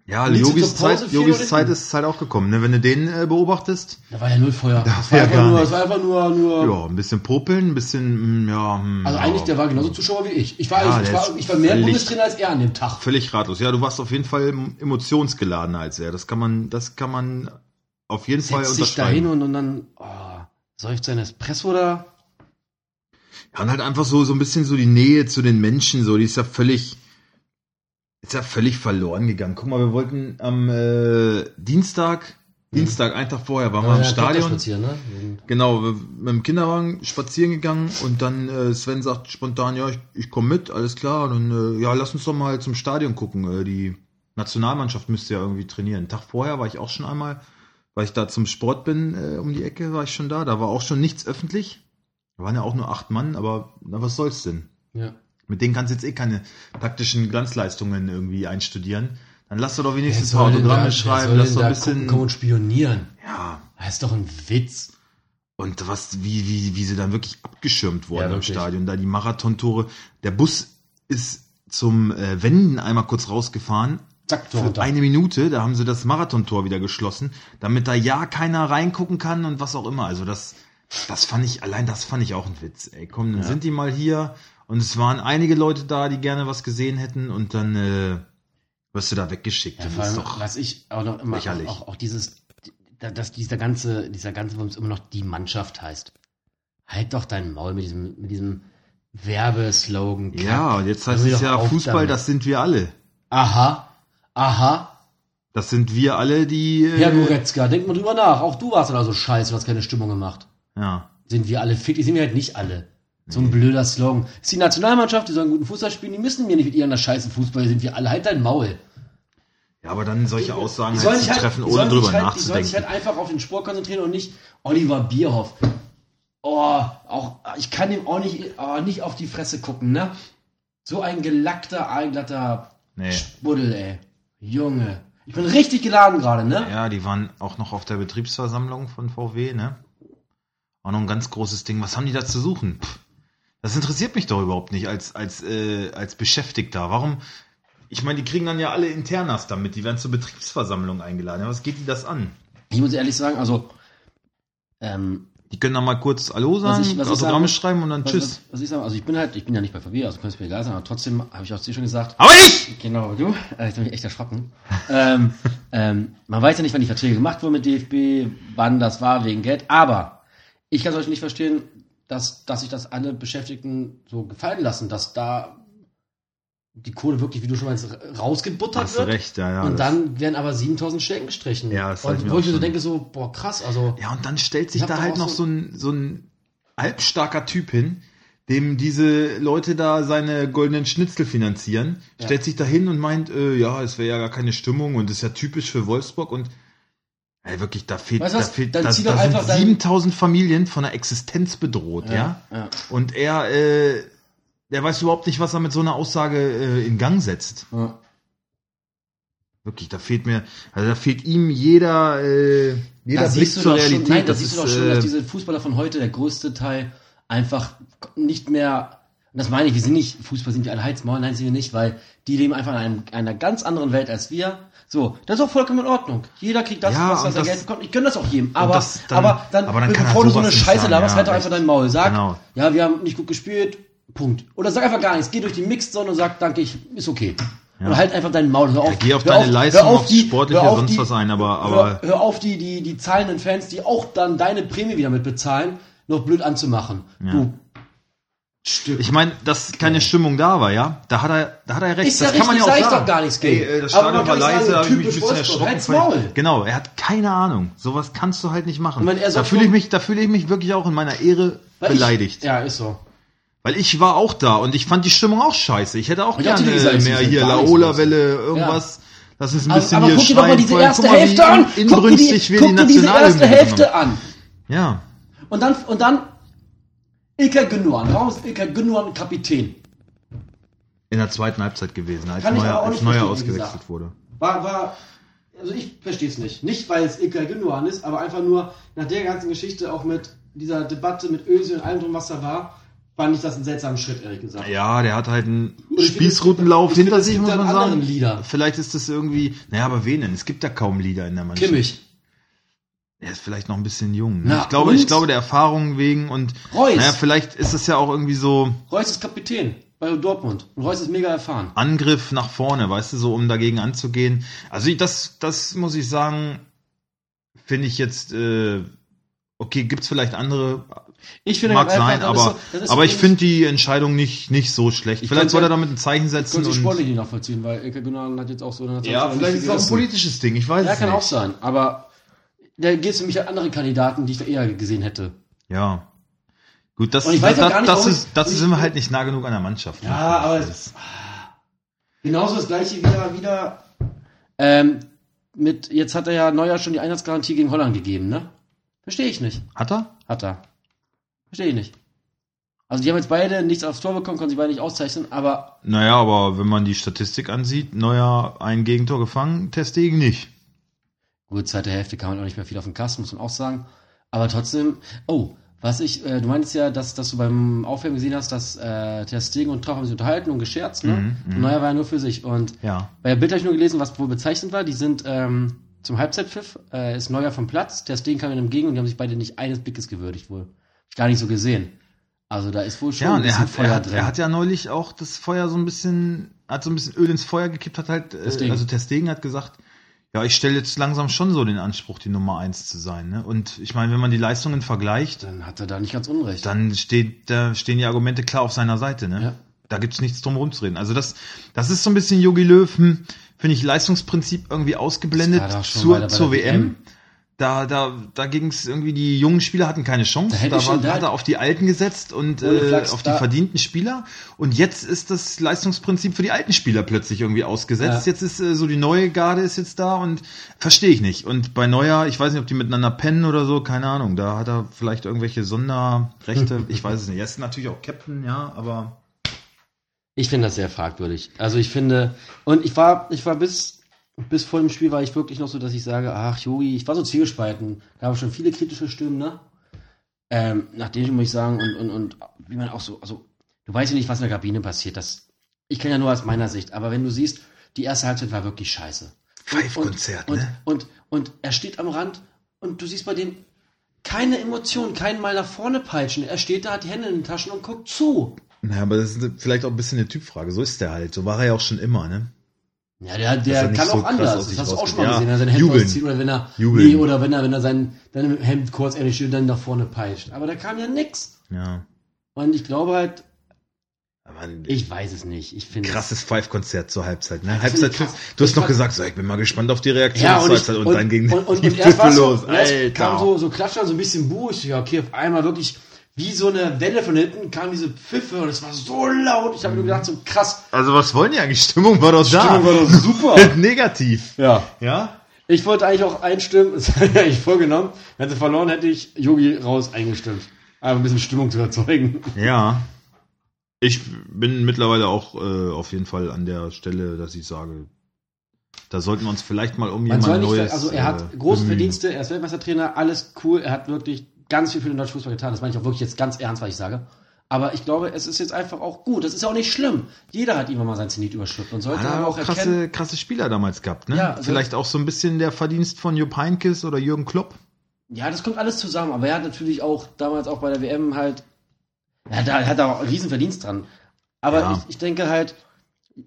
Ja,
Nichts
Jogis
zur Pause,
Zeit,
vier
Jogis
Minuten.
Zeit ist halt auch gekommen. Ne? Wenn du den äh, beobachtest,
Da war ja null Feuer.
Da war
Das war
ja
einfach
gar
nur,
nichts.
das war einfach nur, nur
ja, ein bisschen popeln, ein bisschen, mm, ja. hm,
Also eigentlich,
ja,
der war genauso Zuschauer wie ich. Ich war,
Ja,
ich,
der
war,
ist
ich war mehr
völlig-
Bundestrainer als er an dem Tag.
Völlig ratlos. Ja, du warst auf jeden Fall emotionsgeladener als er. Das kann man, das kann man auf jeden Fall
Setzt sich da hin
unterschreiben.
und, und dann, oh, soll ich sein Espresso oder?
Ja, und halt einfach so, so ein bisschen so die Nähe zu den Menschen, so, die ist ja völlig, ist ja völlig verloren gegangen. Guck mal, wir wollten am äh, Dienstag,
Mhm.
Dienstag, einen Tag vorher, waren wir im Stadion.
Spazieren, ne?
Genau, wir- mit dem Kinderwagen spazieren gegangen und dann äh, Sven sagt spontan, ja, ich, ich komme mit, alles klar. Und dann, äh, ja, lass uns doch mal zum Stadion gucken. Äh, die Nationalmannschaft müsste ja irgendwie trainieren. Einen Tag vorher war ich auch schon einmal, weil ich da zum Sport bin, äh, um die Ecke war ich schon da. Da war auch schon nichts öffentlich. Da waren ja auch nur acht Mann, aber na, was soll's denn?
Ja.
Mit denen kannst du jetzt eh keine taktischen Glanzleistungen irgendwie einstudieren. Dann lass doch doch wenigstens ein
Wer
paar
soll denn da-
Autogramme
wer
schreiben,
soll
lass
denn
doch ein
da
bisschen.
gucken, Komm und spionieren.
Ja,
Das ist doch ein Witz.
und was, wie, wie, wie sie dann wirklich abgeschirmt wurden
Ja,
im
wirklich.
Stadion. Da die Marathontore. Der Bus ist zum äh, Wenden einmal kurz rausgefahren.
Zack, Tor
Für
runter.
eine Minute, da haben sie das Marathontor wieder geschlossen, damit da ja keiner reingucken kann und was auch immer. Also das, das fand ich, allein das fand ich auch ein Witz. Ey, komm, dann sind die mal hier und es waren einige Leute da, die gerne was gesehen hätten und dann äh, wirst du da weggeschickt.
Ja,
das
vor allem,
ist doch
was ich auch noch immer,
lächerlich.
Auch, auch dieses, da- dass dieser ganze, dieser ganze, warum es immer noch die Mannschaft heißt. Halt doch dein Maul mit diesem, mit diesem Werbeslogan.
ja, und jetzt heißt
Hör mir
es
Also doch
ja
auf
Fußball,
damit.
das sind wir alle.
Aha, aha.
Das sind wir alle, die. Äh,
Ja, Goretzka, denk mal drüber nach. Auch du warst oder so scheiße und hast keine Stimmung gemacht.
ja.
Sind wir alle fick? Die sind wir halt nicht alle. So ein blöder Slogan. Ist die Nationalmannschaft, die sollen guten Fußball spielen, die müssen mir nicht mit ihren scheißen Fußball, sind wir alle. Halt dein Maul.
Ja, aber dann solche Aussagen
Die
halt
sollen
zu
sich halt,
treffen,
die
ohne
sollen sich
drüber
halt, Die sollen
nachzudenken.
sich halt einfach auf den Sport konzentrieren und nicht Oliver Bierhoff. Oh, auch, ich kann dem auch nicht, oh, nicht auf die Fresse gucken, ne? So ein gelackter, einglatter
nee.
Spuddel, ey. Junge. Ich bin richtig geladen gerade, ne?
Ja, die waren auch noch auf der Betriebsversammlung von VW, ne? Auch noch ein ganz großes Ding. Was haben die da zu suchen? Pff, das interessiert mich doch überhaupt nicht als, als, äh, als Beschäftigter. Warum? Ich meine, die kriegen dann ja alle Internas damit. Die werden zur Betriebsversammlung eingeladen. Ja, was geht die das an?
Ich muss ehrlich sagen, also, ähm,
Die können dann mal kurz Hallo sagen,
ich- was ich
Autogramme
sagen-
schreiben und dann
Was,
Tschüss.
was, was ich sagen, also ich bin halt, ich bin ja nicht bei VW, also kann es mir egal sein, aber trotzdem habe ich auch zu dir schon gesagt,
Aber ich!
genau wie du, äh, ich bin mich echt erschrocken. ähm, ähm, man weiß ja nicht, wann die Verträge gemacht wurden mit DFB, wann das war, wegen Geld, aber ich kann es euch nicht verstehen, dass, dass sich das alle Beschäftigten so gefallen lassen, dass da die Kohle wirklich, wie du schon meinst, rausgebuttert
Hast du
wird.
recht, ja, ja.
und
das-
dann werden aber 7000 Stellen gestrichen.
Ja, das hab ich
und
mir
wo
auch
ich mir so
schon-
denke, so, boah, krass, also.
Ja, und dann stellt
Ich
sich
hab
da
doch auch
halt noch
so-
so ein, so ein halbstarker Typ hin, dem diese Leute da seine goldenen Schnitzel finanzieren,
Ja.
stellt sich da hin und meint, äh, ja, es wäre ja gar keine Stimmung und ist ja typisch für Wolfsburg und ey, wirklich, da fehlt,
Weißt du
da,
was?
fehlt
Dann
da,
zieh doch
da
einfach
sind
dein-
7000 Familien von der Existenz bedroht, ja.
ja.
Und er, äh, der weiß überhaupt nicht, was er mit so einer Aussage äh, in Gang setzt.
ja.
Wirklich, da fehlt mir, also da fehlt ihm jeder, äh, jeder
da
Blick
siehst du
zur
doch
Realität.
Schon, nein, da siehst du doch
ist,
schon, dass
äh,
diese Fußballer von heute, der größte Teil, einfach nicht mehr. Und das meine ich, wir sind nicht Fußball, sind wir alle Heizmauern, nein, sind wir nicht, weil die leben einfach in einem, einer ganz anderen Welt als wir. So, das ist auch vollkommen in Ordnung. Jeder kriegt das,
Ja,
was er
und
sein
das-
Geld bekommt. Ich gönne das auch jedem. Aber,
das dann-
aber dann,
aber dann kann er
bevor du so eine
sowas nicht
Scheiße
sagen,
laberst,
ja,
halt doch
recht.
einfach dein Maul. Sag,
Genau.
ja, wir haben nicht gut gespielt, Punkt. Oder sag einfach gar nichts. Geh durch die Mixzone und sag, danke, ich, ist okay. Oder halt einfach dein Maul, hör auf.
Ja, geh auf
hör
deine
hör
Leistung, aufs
die-
Sportliche,
hör auf
sonst
die-
was ein, aber-
hör,
aber-
hör auf, die, die, die zahlenden Fans, die auch dann deine Prämie wieder mit bezahlen, noch blöd anzumachen. Du Stück.
Ich meine, dass keine Stimmung da war, ja? Da hat er, da hat er recht.
Ist
das
ja
kann man ja
richtig,
auch
sag ich
sagen.
doch gar nichts gegen.
Ey, äh, das
Aber
Stadion
man
war
kann nicht
leise,
sagen,
da habe ich mich ein
typisch
bisschen
Wolfsburg,
erschrocken.
halt's
weil-
Maul.
Genau, er hat keine Ahnung. Sowas kannst du halt nicht machen.
Und wenn er
da
sagt,
fühle ich
so-
mich, da fühle ich mich wirklich auch in meiner Ehre
Weil
beleidigt.
Ich, ja, ist so.
Weil ich war auch da und ich fand die Stimmung auch scheiße. Ich hätte auch
Ich dachte,
gerne
die sei-
mehr
sie sind
hier
gar nichts los.
Laola-Welle, irgendwas. Lass uns ein
Also,
bisschen
aber
hier
guck dir doch mal
schreien.
diese
vorher.
erste
Guck mal, wie
Hälfte an.
in-
Guck dir
Inbrünstig
die,
wir die
guck dir diese erste
Nationalhymne
Hälfte
gemacht.
an.
Ja.
Und dann, und dann Ilka Gündogan, raus Ilka Gündogan Kapitän.
In der zweiten Halbzeit gewesen, als
Kann ich
neuer,
aber auch
als
nicht
neuer
verstehen, wie gesagt.
ausgewechselt wurde.
War, war, also ich verstehe es nicht. Nicht, weil es Ilkay Gündogan ist, aber einfach nur nach der ganzen Geschichte auch mit dieser Debatte mit Özil und allem drum, was da war, fand ich das einen seltsamen Schritt, ehrlich gesagt.
Ja, der hat halt einen
Und ich finde,
Spießrutenlauf
ich finde,
hinter
es
sich,
gibt
muss
da
man
einen
sagen.
anderen Leader.
Vielleicht ist das irgendwie, naja, aber wen denn? Es gibt da kaum Lieder in der Mannschaft.
Kimmich,
Er ist vielleicht noch ein bisschen jung. Ne?
Na,
ich glaube,
und?
ich glaube der Erfahrung wegen und
Reus.
naja, vielleicht ist es ja auch irgendwie so
Reus ist Kapitän bei Dortmund und Reus ist mega erfahren.
Angriff nach vorne, weißt du, so um dagegen anzugehen. Also ich- das, das muss ich sagen, finde ich jetzt äh, okay. Gibt es vielleicht andere?
Ich finde
Mag
ganz
sein,
das ist halt
aber
das ist
aber ich
wirklich-
finde die Entscheidung nicht nicht so schlecht.
Ich
vielleicht
könnte-
soll er damit ein Zeichen
Ich
setzen.
konnte die
Und,
sportlich nicht nachvollziehen, weil Ilka Gündogan hat jetzt auch so eine
ja, vielleicht ist es auch ein politisches Ding. Ich weiß
Ja,
es
kann
nicht.
auch sein, aber da gibt es nämlich andere Kandidaten, die ich da eher gesehen hätte.
Ja. Gut, das,
Und ich
das,
weiß ja
das,
gar nicht,
das
warum
ist,
ich-
das
und ich-
sind wir halt nicht nah genug an der Mannschaft. ne?
Ja, Ah, aber es ist genauso das gleiche wieder, wieder ähm, mit, jetzt hat er ja Neuer schon die Einsatzgarantie gegen Holland gegeben, ne? Verstehe ich nicht.
Hat er?
Hat er. Verstehe ich nicht. Also die haben jetzt beide nichts aufs Tor bekommen, konnten sich beide nicht auszeichnen, aber
Naja, aber wenn man die Statistik ansieht, Neuer ein Gegentor gefangen, Testegen nicht.
gut, zweite Hälfte kam halt auch nicht mehr viel auf den Kasten, muss man auch sagen. Aber trotzdem, oh, was ich, äh, du meinst ja, dass, dass du beim Aufwärmen gesehen hast, dass äh, Ter Stegen und Trauch haben sich unterhalten und gescherzt, ne?
Mhm, mhm.
und Neuer war ja nur für sich und
Ja.
Bei Bild habe ich nur gelesen, was wohl bezeichnend war. Die sind ähm, zum Halbzeitpfiff, äh, ist Neuer vom Platz, der Steen kam ihnen entgegen und die haben sich beide nicht eines Blickes gewürdigt wohl. Hab ich gar nicht so gesehen. Also da ist wohl schon
Ja,
ein
und er
bisschen
hat,
Feuer
er, hat,
drin.
er hat ja neulich auch das Feuer so ein bisschen, hat so ein bisschen Öl ins Feuer gekippt, hat halt, äh,
Testegen.
also Testegen hat gesagt, ja, ich stelle jetzt langsam schon so den Anspruch, die Nummer eins zu sein. Ne? Und ich meine, wenn man die Leistungen vergleicht,
Dann hat er da nicht ganz Unrecht.
dann steht, da stehen die Argumente klar auf seiner Seite. Ne?
Ja.
Da gibt's nichts drum rumzureden. Also das, das ist so ein bisschen Jogi Löw, hm, finde ich, Leistungsprinzip irgendwie
Das
ausgeblendet
war doch schon bei
zur,
der- bei
zur
der
WM.
WM.
Da, da, da ging's irgendwie, die jungen Spieler hatten keine Chance.
Da hätte
Da,
ich
war,
schon- da-
hat er auf die Alten gesetzt und
Ohne
äh,
Flachs,
auf die
da-
verdienten Spieler. Und jetzt ist das Leistungsprinzip für die alten Spieler plötzlich irgendwie ausgesetzt.
Ja.
Jetzt ist äh, so die neue Garde ist jetzt da und verstehe ich nicht. Und bei Neuer, ich weiß nicht, ob die miteinander pennen oder so, keine Ahnung. Da hat er vielleicht irgendwelche Sonderrechte. ich weiß es nicht. Er ist natürlich auch Captain, ja, aber.
Ich finde das sehr fragwürdig. Also ich finde, und ich war, ich war bis, bis vor dem Spiel war ich wirklich noch so, dass ich sage, ach Jogi, ich war so zielgespalten. Da habe schon viele kritische Stimmen, ne? Ähm, nachdem muss ich sagen, und, und, und wie man auch so, also du weißt ja nicht, was in der Kabine passiert. Das, ich kann ja nur aus meiner Sicht, aber wenn du siehst, die erste Halbzeit war wirklich scheiße.
Pfeifkonzert,
und,
ne?
Und, und, und er steht am Rand und du siehst bei dem keine Emotion, keinen Mal nach vorne peitschen. Er steht da, hat die Hände in den Taschen und guckt zu.
Naja, aber das ist vielleicht auch ein bisschen eine Typfrage. So ist der halt. So war er ja auch schon immer, ne?
Ja, der,
Dass
der
er nicht
kann
so
auch
krass aus
anders. Das
sich
hast du auch schon mal
rausgeht.
gesehen, wenn
Ja,
er seine Hände
jubeln.
auszieht oder wenn er
Jubeln.
Nee, oder wenn er, wenn er sein dann mit dem Hemd kurz ehrlich steht und dann nach vorne peitscht. Aber da kam ja nix.
Ja.
Und ich glaube halt,
Aber ein
ich weiß es nicht. Ich finde
krasses Pfeifkonzert zur Halbzeit, ne?
find
Halbzeit.
ich krass.
Du hast
Ich
noch
fand-
gesagt, so, ich bin mal gespannt auf die Reaktion
Ja,
zur
und, ich,
Halbzeit und, dann ging
und, und,
die
und erst war's
Püppe
so-
los.
Erst kam
Alter.
so, so Klatscher, so ein bisschen buh. Ich so, ja, okay, auf einmal wirklich wie so eine Welle von hinten kam diese Pfiffe und es war so laut. Ich habe mir gedacht, so krass.
also was wollen die eigentlich? Stimmung war doch da.
Stimmung war doch super.
Negativ.
ja.
Ja?
Ich wollte eigentlich auch einstimmen, das hatte ich vorgenommen. Wenn sie verloren, hätte ich Yogi raus eingestimmt. Einfach ein bisschen Stimmung zu erzeugen.
Ja. Ich bin mittlerweile auch äh, auf jeden Fall an der Stelle, dass ich sage, da sollten wir uns vielleicht mal um
Man
jemand
soll nicht,
Neues.
also er hat
äh,
große
bemühen.
Verdienste, er ist Weltmeistertrainer, alles cool, er hat wirklich ganz viel für den deutschen Fußball getan. Das meine ich auch wirklich jetzt ganz ernst, was ich sage. Aber ich glaube, es ist jetzt einfach auch gut. Das ist auch nicht schlimm. Jeder hat immer mal sein Zenit überschritten und sollte
Hat
aber
er
auch
auch
erkennen.
krasse, krasse Spieler damals gehabt, ne?
Ja, also-
Vielleicht auch so ein bisschen der Verdienst von Jupp Heynckes oder Jürgen Klopp.
Ja, das kommt alles zusammen. Aber er hat natürlich auch damals auch bei der WM halt, ja, da hat er auch einen riesen Verdienst dran. Aber
Ja.
ich, ich denke halt,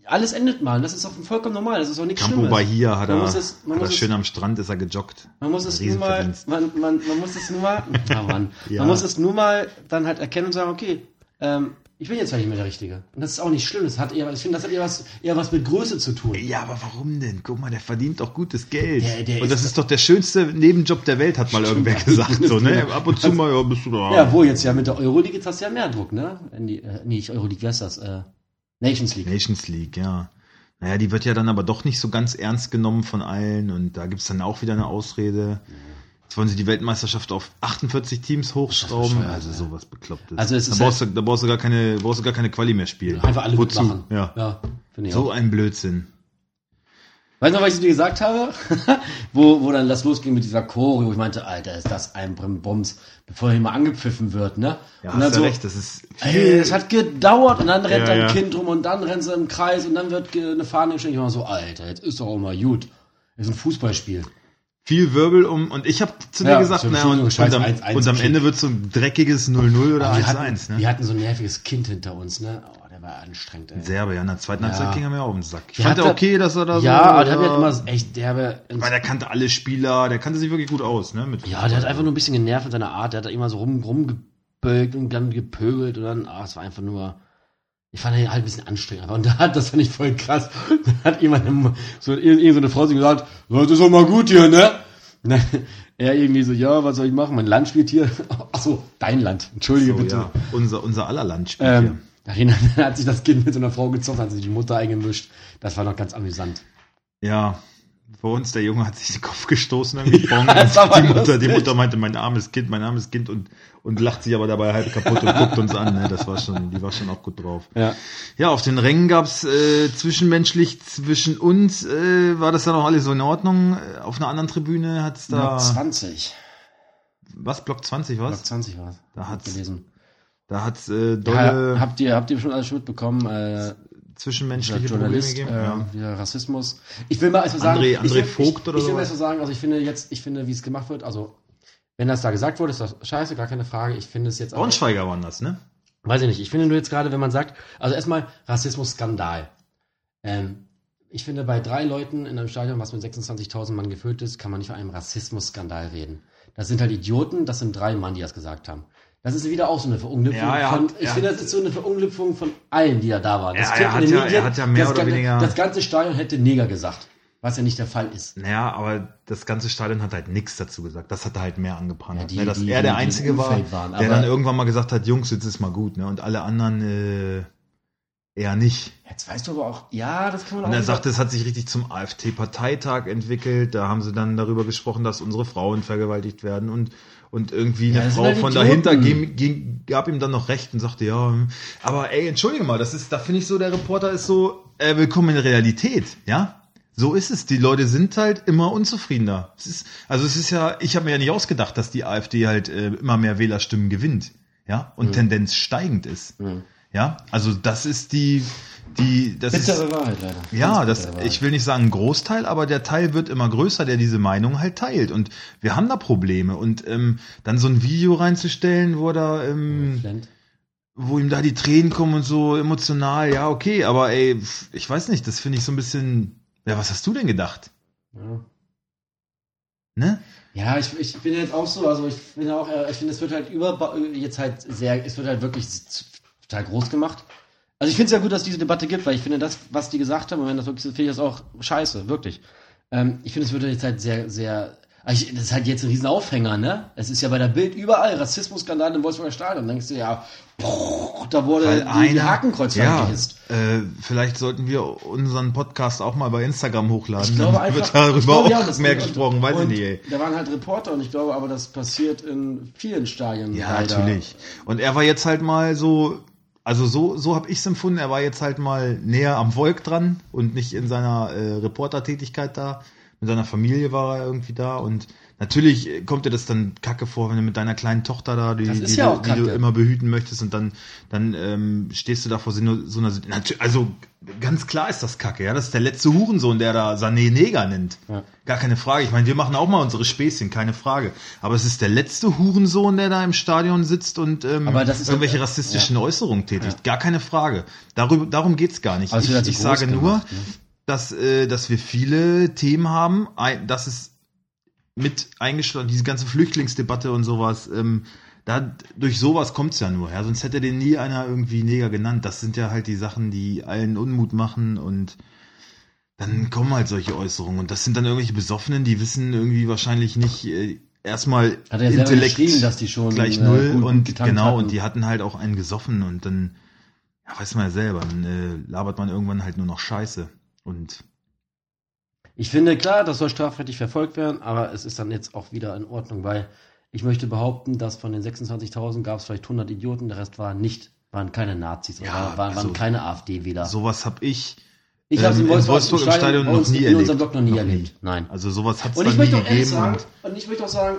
alles endet mal. Und Das ist auch vollkommen normal. Das ist auch nichts
Campo
Schlimmes.
Bahia hat
Man
er,
muss es- man
hat er
muss es-
schön am Strand, ist er gejoggt.
Man muss es nur mal,
Riesenverdienst.
man, man, man muss es nur mal, Ah, Mann.
Ja.
man muss es nur mal dann halt erkennen und sagen, okay, ähm, ich bin jetzt vielleicht nicht mehr der Richtige. Und das ist auch nicht schlimm. Das hat eher, ich finde, das hat eher was, eher was mit Größe zu tun.
Ja, aber warum denn? Guck mal, der verdient doch gutes Geld.
Der- der
Und das
ist-
ist doch der schönste Nebenjob der Welt, hat mal irgendwer gesagt. So, ne? Ab und zu mal, ja, bist du da.
Ja, wo jetzt ja mit der Euroleague jetzt hast du ja mehr Druck, ne? In die, äh, nee, nicht Euroleague, was ist das? Äh, Nations League.
Nations League, ja. Naja, die wird ja dann aber doch nicht so ganz ernst genommen von allen und da gibt's dann auch wieder eine Ausrede. Jetzt wollen sie die Weltmeisterschaft auf 48 Teams hochschrauben.
bescheuert,
also
ja.
sowas Beklopptes.
Also es
da,
ist
brauchst du, da brauchst du gar keine, brauchst du gar keine Quali mehr spielen.
Einfach alle
Wozu?
mitmachen.
Ja.
ja finde ich
So
auch.
ein Blödsinn.
Weißt du, was ich dir gesagt habe? wo, wo dann das losging mit dieser Choreo, wo ich meinte, Alter, ist das ein Brimbums, bevor hier mal angepfiffen wird, ne?
Ja,
und dann
hast
so,
du recht, das ist
Ey, das hat gedauert und dann
Ja,
rennt da ein
ja.
Kind rum und dann rennt sie im Kreis und dann wird ge- eine Fahne gestellt. Ich war so, Alter, jetzt ist doch auch mal gut. Ist ein Fußballspiel.
viel Wirbel um. Und ich habe zu dir
Ja,
gesagt,
so ein
naja, und, und,
scheiß
am,
1-1
und am
Kick.
Ende wird so ein dreckiges 0-0 oder
Aber wir, hatten,
1-1. Ne?
wir hatten so ein nerviges Kind hinter uns, ne? Oh, der war anstrengend, ey.
Serbe, ja, in der zweiten Halbzeit
Ja.
ging er mir auch auf den Sack. Ich
Der
fand
hat
ja
da-
okay, dass er da so.
ja, aber der hat
ja
halt immer echt derbe.
Weil der kannte alle Spieler, der kannte sich wirklich gut aus, ne? Mit
Ja, der hat einfach nur ein bisschen genervt mit seiner Art. Der hat da immer so rum, rumgebölkt und dann gepöbelt und dann, ah, es war einfach nur. Ich fand ihn halt ein bisschen anstrengend. Aber und da hat, das fand ich voll krass. Da hat jemand, im- so, ir- irgend so eine Frau so gesagt, "Ja, das ist doch mal gut hier, ne? Und dann, er irgendwie so, ja, was soll ich machen? Mein Land spielt hier. Achso, dein Land. Entschuldige
so,
bitte.
ja. Unser, unser aller Land spielt
Ähm, darin hat sich das Kind mit so einer Frau gezogen, hat sich die Mutter eingemischt. Das war noch ganz amüsant.
hier. Ja. Für uns, der Junge hat sich den Kopf gestoßen, irgendwie Bong.
das war
und die, Mutter,
lustig.
die Mutter meinte, mein armes Kind, mein armes Kind und, und lacht sich aber dabei halb kaputt und guckt uns an. Ne? Das war schon, die war schon auch gut drauf.
Ja.
Ja, auf den Rängen gab's äh, zwischenmenschlich zwischen uns, äh, war das dann auch alles so in Ordnung. Äh, Auf einer anderen Tribüne hat's da.
Block 20.
was? Block 20,
Block
was?
20 war es.
Da hat's-
gelesen.
Da hat's äh, dolle
Ja, habt, ihr, habt ihr schon alles schon mitbekommen? Äh, dieser
zwischenmenschliche Probleme
Journalist, äh,
gegeben. ja.
dieser Rassismus. Ich will mal erstmal sagen.
André- André
ich will,
Vogt
ich,
oder
Ich will mal
sowas?
erstmal sagen, also ich finde jetzt, ich finde, wie es gemacht wird, also wenn das da gesagt wurde, ist das scheiße, gar keine Frage. Ich finde es jetzt aber-
Braunschweiger waren das, ne?
Weiß ich nicht. Ich finde nur jetzt gerade, wenn man sagt, also erstmal Rassismus-Skandal. Ähm, ich finde, bei drei Leuten in einem Stadion, was mit 26.000 Mann gefüllt ist, kann man nicht von einem Rassismus-Skandal reden. Das sind halt Idioten, das sind drei Mann, die das gesagt haben. Das ist wieder auch so eine Verunglüpfung
Ja, er hat-
von,
er
ich
hat-
finde, das ist so eine Verunglüpfung von allen, die da da waren. Das
Ja, er
Kind in
hat
den
ja- er hat ja mehr
das,
oder
ganze-
weniger-
Das ganze Stadion hätte Neger gesagt, was ja nicht der Fall ist.
Naja, aber das ganze Stadion hat halt nichts dazu gesagt. Das hat er halt mehr angeprangert.
Ja, die-
ne? Dass
die-
er der
die im
Einzige war,
Umfeld waren,
der
aber-
dann irgendwann mal gesagt hat, Jungs, jetzt ist mal gut, ne? Und alle anderen äh, eher nicht.
Jetzt weißt du aber auch, ja, das kann man auch
Und er
nicht-
sagte, es hat sich richtig zum AfD-Parteitag entwickelt. Da haben sie dann darüber gesprochen, dass unsere Frauen vergewaltigt werden und und irgendwie
Ja,
eine
das sind
Frau
halt
von
Idioten.
dahinter ging, ging, gab ihm dann noch recht und sagte, ja, hm. aber ey, entschuldige mal, das ist, da finde ich so, der Reporter ist so, äh, willkommen in der Realität, ja? So ist es. Die Leute sind halt immer unzufriedener. Es ist, also es ist ja, ich habe mir ja nicht ausgedacht, dass die AfD halt äh, immer mehr Wählerstimmen gewinnt, ja,
Mhm.
und Tendenz steigend ist. Ja, also das ist die, die, das ist,
Bittere Wahrheit, leider.
ja,
Ganz
das,
bittere Wahrheit.
ich will nicht sagen ein Großteil, aber der Teil wird immer größer, der diese Meinung halt teilt. Und wir haben da Probleme. Und ähm, dann so ein Video reinzustellen, wo, da, ähm,
Blend.
wo ihm da die Tränen kommen und so emotional, ja, okay, aber ey, pf, ich weiß nicht, das finde ich so ein bisschen. Ja, was hast du denn gedacht?
Ja.
Ne?
Ja, ich, ich bin jetzt auch so, also ich bin auch, äh, ich finde, es wird halt über jetzt halt sehr, es wird halt wirklich z- total groß gemacht. Also ich finde es ja gut, dass es diese Debatte gibt, weil ich finde das, was die gesagt haben, und wenn das wirklich so, finde ich das auch scheiße, wirklich. Ähm, ich finde, es wird jetzt halt sehr, sehr, also ich, das ist halt jetzt ein Riesenaufhänger, ne? Es ist ja bei der Bild überall Rassismusskandal im Wolfsburger Stadion. Dann denkst du ja, boah, da wurde Äh, die, die
einer-
Hakenkreuzfahne
ja,
gehisst.
Äh, vielleicht sollten wir unseren Podcast auch mal bei Instagram hochladen.
Ich glaube
Dann
einfach,
wird darüber
ich glaube, ja,
auch
das-
mehr
und-
gesprochen, weiß ich
und
nicht, ey.
Da waren halt Reporter und ich glaube aber, das passiert in vielen Stadien.
Ja,
leider.
natürlich. Und er war jetzt halt mal so, also so, so habe ich es empfunden, er war jetzt halt mal näher am Volk dran und nicht in seiner äh, Reportertätigkeit da. Mit seiner Familie war er irgendwie da und natürlich äh, kommt dir das dann kacke vor, wenn du mit deiner kleinen Tochter da, die,
Das ist
die,
ja
du-
auch
die du
kacke.
immer behüten möchtest und dann, dann ähm, stehst du da vor so einer, so einer- natü- also ganz klar ist das kacke, ja, das ist der letzte Hurensohn, der da Sané Neger nennt.
Ja.
Gar keine Frage. Ich meine, wir machen auch mal unsere Späßchen, keine Frage. Aber es ist der letzte Hurensohn, der da im Stadion sitzt und ähm,
Aber das ist ja-
irgendwelche rassistischen Äußerungen tätigt. Gar keine Frage. Darüber, darum geht's gar nicht.
Aber es
ich
wird halt so
ich
groß
sage
gemacht,
nur,
ne?
dass, äh, dass wir viele Themen haben, ein, dass es mit eingeschlossen, diese ganze Flüchtlingsdebatte und sowas, ähm, da, durch sowas kommt's ja nur, ja, sonst hätte den nie einer irgendwie Neger genannt. Das sind ja halt die Sachen, die allen Unmut machen und dann kommen halt solche Äußerungen. Und das sind dann irgendwelche Besoffenen, die wissen irgendwie wahrscheinlich nicht äh, erstmal
Hat er selber geschrieben, dass die schon
gleich
äh,
null
gut
und
getankt
genau,
hatten.
und die hatten halt auch einen gesoffen und dann, ja, weiß man ja selber, dann äh, labert man irgendwann halt nur noch Scheiße. Und
Ich finde, klar, das soll strafrechtlich verfolgt werden, aber es ist dann jetzt auch wieder in Ordnung, weil ich möchte behaupten, dass von den 26.000 gab es vielleicht 100 Idioten, der Rest waren nicht, waren keine Nazis
Ja,
oder waren, waren
also-
keine AfD-Wähler.
sowas habe ich
Ich
Ähm,
habe es in
in
Wolfsburg im Stadion noch nie erlebt. In unserem Blog noch nie
Noch
erlebt. Nein.
Also sowas hat es
Und
da
ich
nie
möchte auch ehrlich
gegeben.
sagen,
und
und ich möchte auch sagen,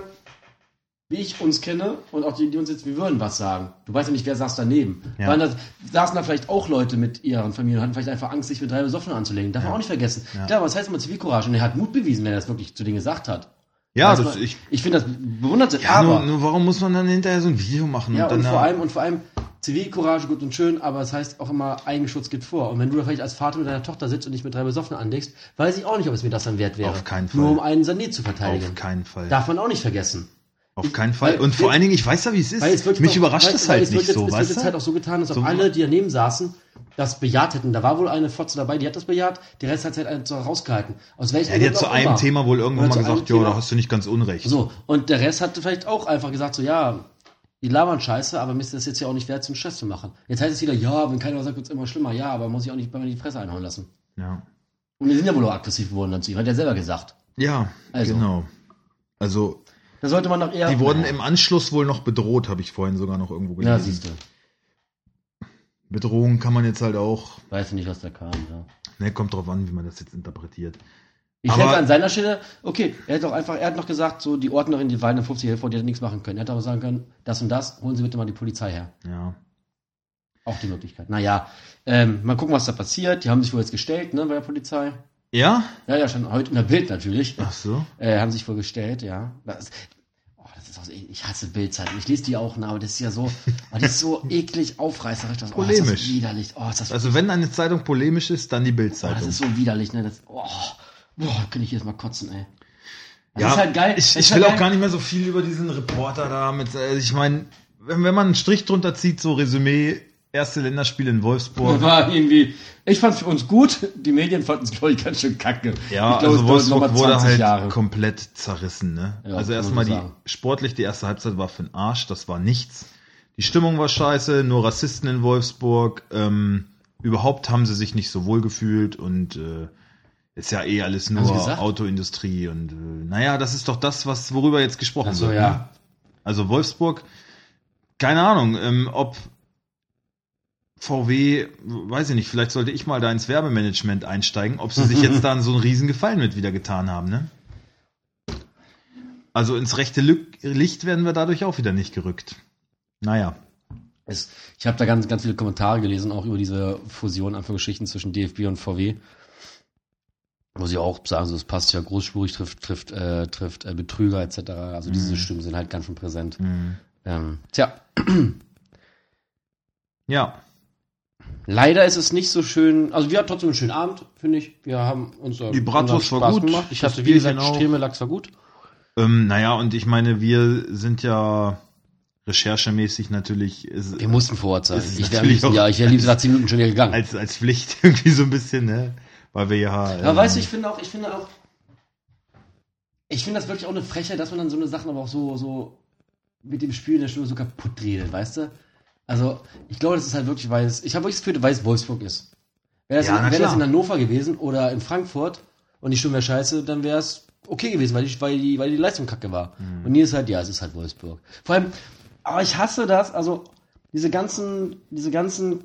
wie ich uns kenne und auch die, die uns jetzt, wir würden was sagen. Du weißt ja nicht, wer saß daneben.
Ja.
Waren das, saßen da vielleicht auch Leute mit ihren Familien und hatten vielleicht einfach Angst, sich mit drei Besoffenen anzulegen. Darf man auch nicht vergessen.
Ja.
Klar, aber was heißt immer Zivilcourage? Und er hat Mut bewiesen, wenn er das wirklich zu denen gesagt hat.
ja,
Weiß
das,
man-
ich,
ich finde das bewundernswert.
ja
aber
nur, nur warum muss man dann hinterher so ein Video machen?
ja,
dann
und vor
da-
allem, und vor allem, Zivilcourage gut und schön, aber es heißt auch immer, Eigenschutz geht vor. Und wenn du da vielleicht als Vater mit deiner Tochter sitzt und dich mit drei Besoffenen anlegst, weiß ich auch nicht, ob es mir das dann wert wäre.
Auf keinen
Nur
Fall.
um einen Sané zu verteidigen.
auf keinen Fall.
Darf man auch nicht vergessen.
auf keinen Fall.
weil-
Und vor allen Dingen, ich weiß ja, wie es
Weil es
ist.
wird
Mich
auch-
überrascht
weil-
es
weil
halt
wird
nicht
jetzt,
so,
Es wird
weißt
jetzt halt
du?
auch so getan, dass
So-
auch alle, die daneben saßen, das bejaht hätten. Da war wohl eine Fotze dabei, die hat das bejaht, der Rest hat es halt einen so rausgehalten. Aus welchem
Er hat ja zu
auch
einem
immer.
Thema wohl irgendwann
Oder
mal
zu einem
gesagt, ja, da
Thema. Also-
hast du nicht ganz unrecht.
So, und der Rest hat vielleicht auch einfach gesagt, so, ja, die labern scheiße, aber mir ist das jetzt ja auch nicht wert, so einen Stress zu machen. Jetzt heißt es wieder, ja, wenn keiner was sagt, wird es immer schlimmer. Ja, aber muss ich auch nicht bei mir die Fresse einhauen lassen.
Ja,
Und wir sind ja wohl auch aggressiv geworden dazu. Hat er selber gesagt.
ja
Also.
genau. Also,
Da sollte man doch eher.
die wurden im Anschluss wohl noch bedroht, habe ich vorhin sogar noch irgendwo
Ja,
gelesen.
siehst du.
Bedrohung kann man jetzt halt auch,
Weiß nicht, was da kam. Ja.
ne, kommt drauf an, wie man das jetzt interpretiert.
Ich
Aber-
hätte an seiner Stelle, okay, er hätte auch einfach, er hat noch gesagt, so die Ordnerin, die Weine 50 Helfer, die hätte nichts machen können. Er hätte auch sagen können, das und das, holen Sie bitte mal die Polizei her.
Ja.
Auch die Möglichkeit. Naja, ähm, mal gucken, was da passiert. Die haben sich wohl jetzt gestellt, ne, bei der Polizei.
Ja?
Ja, ja, schon heute in der Bild natürlich.
Ach so.
Äh, haben sich wohl gestellt, ja. Das, oh, das ist auch, so- ich hasse Bildzeitung. Ich lese die auch, ne, aber das ist ja so, oh, die ist so eklig aufreißerisch. Das, oh, Ist das
Polemisch.
widerlich. Oh, ist das,
Also wenn eine Zeitung polemisch ist, dann die
oh, das
Bildzeitung.
ist so widerlich, ne. Das, oh, boah, kann ich jedes Mal kotzen, ey. Das
ja,
ist halt geil.
Ich,
Das ist
ich
halt
will
geil.
auch gar nicht mehr so viel über diesen Reporter da mit. äh, Ich meine, wenn, wenn man einen Strich drunter zieht, so Resümee, erste Länderspiel in Wolfsburg.
war irgendwie, ich fand es für uns gut, die Medien fanden es, glaube ich, ganz schön kacke.
Ja,
ich glaube,
also
es dauert noch
Wolfsburg
mal
wurde
20
halt
Jahre.
komplett zerrissen. Ne?
Ja,
also
kann man
erstmal
so
die
sagen.
sportlich die erste Halbzeit war für den Arsch, das war nichts. Die Stimmung war scheiße, nur Rassisten in Wolfsburg. Ähm, überhaupt haben sie sich nicht so wohl gefühlt und äh, ist ja eh alles
sie
nur
gesagt?
Autoindustrie und äh, naja, das ist doch das, was worüber jetzt gesprochen
Ach so,
wird.
ja.
Ne? Also Wolfsburg, keine Ahnung, ähm, ob VW, weiß ich nicht, vielleicht sollte ich mal da ins Werbemanagement einsteigen, ob sie sich jetzt da so einen riesen Gefallen mit wieder getan haben, ne? Also ins rechte Lü- Licht werden wir dadurch auch wieder nicht gerückt. Naja,
Es, ich habe da ganz, ganz viele Kommentare gelesen, auch über diese Fusion Anführungsgeschichten zwischen DFB und VW. Wo sie auch sagen, so, es passt ja großspurig, trifft, trifft, äh, trifft äh, Betrüger etc. Also diese Stimmen sind halt ganz schön präsent. Ähm, tja,
ja,
leider ist es nicht so schön. Also wir hatten trotzdem einen schönen Abend, finde ich. Wir haben unser,
Die Bratwurst
unseren
war
Spaß
gut,
Gemacht. Ich
das
hatte, wie gesagt,
Bierchen auch.
Stremelachs war gut.
ähm, naja, und ich meine, wir sind ja recherchemäßig natürlich ist,
Wir mussten vor Ort sein.
Das ist
Ich wäre am
natürlich
liebsten,
auch-
ja, ich wäre am liebsten nach zehn Minuten schon wieder gegangen.
als, als Pflicht irgendwie so ein bisschen, ne? Weil wir ja.
Aber
ähm,
weißt du, ich finde auch, ich finde auch, ich finde das wirklich auch eine Frechheit, dass man dann so eine Sachen aber auch so, so mit dem Spiel in der Stimme so kaputt redet, weißt du? Also, ich glaube, das ist halt wirklich, weil es, ich habe wirklich das Gefühl, weil es Wolfsburg ist. Wäre das,
Ja,
in-
na
wäre das
klar.
in Hannover gewesen oder in Frankfurt und die Stimme wäre scheiße, dann wäre es okay gewesen, weil die, weil, die, weil die Leistung kacke war.
Mhm.
Und hier ist halt, ja, es ist halt Wolfsburg. Vor allem, aber ich hasse das, also diese ganzen, diese ganzen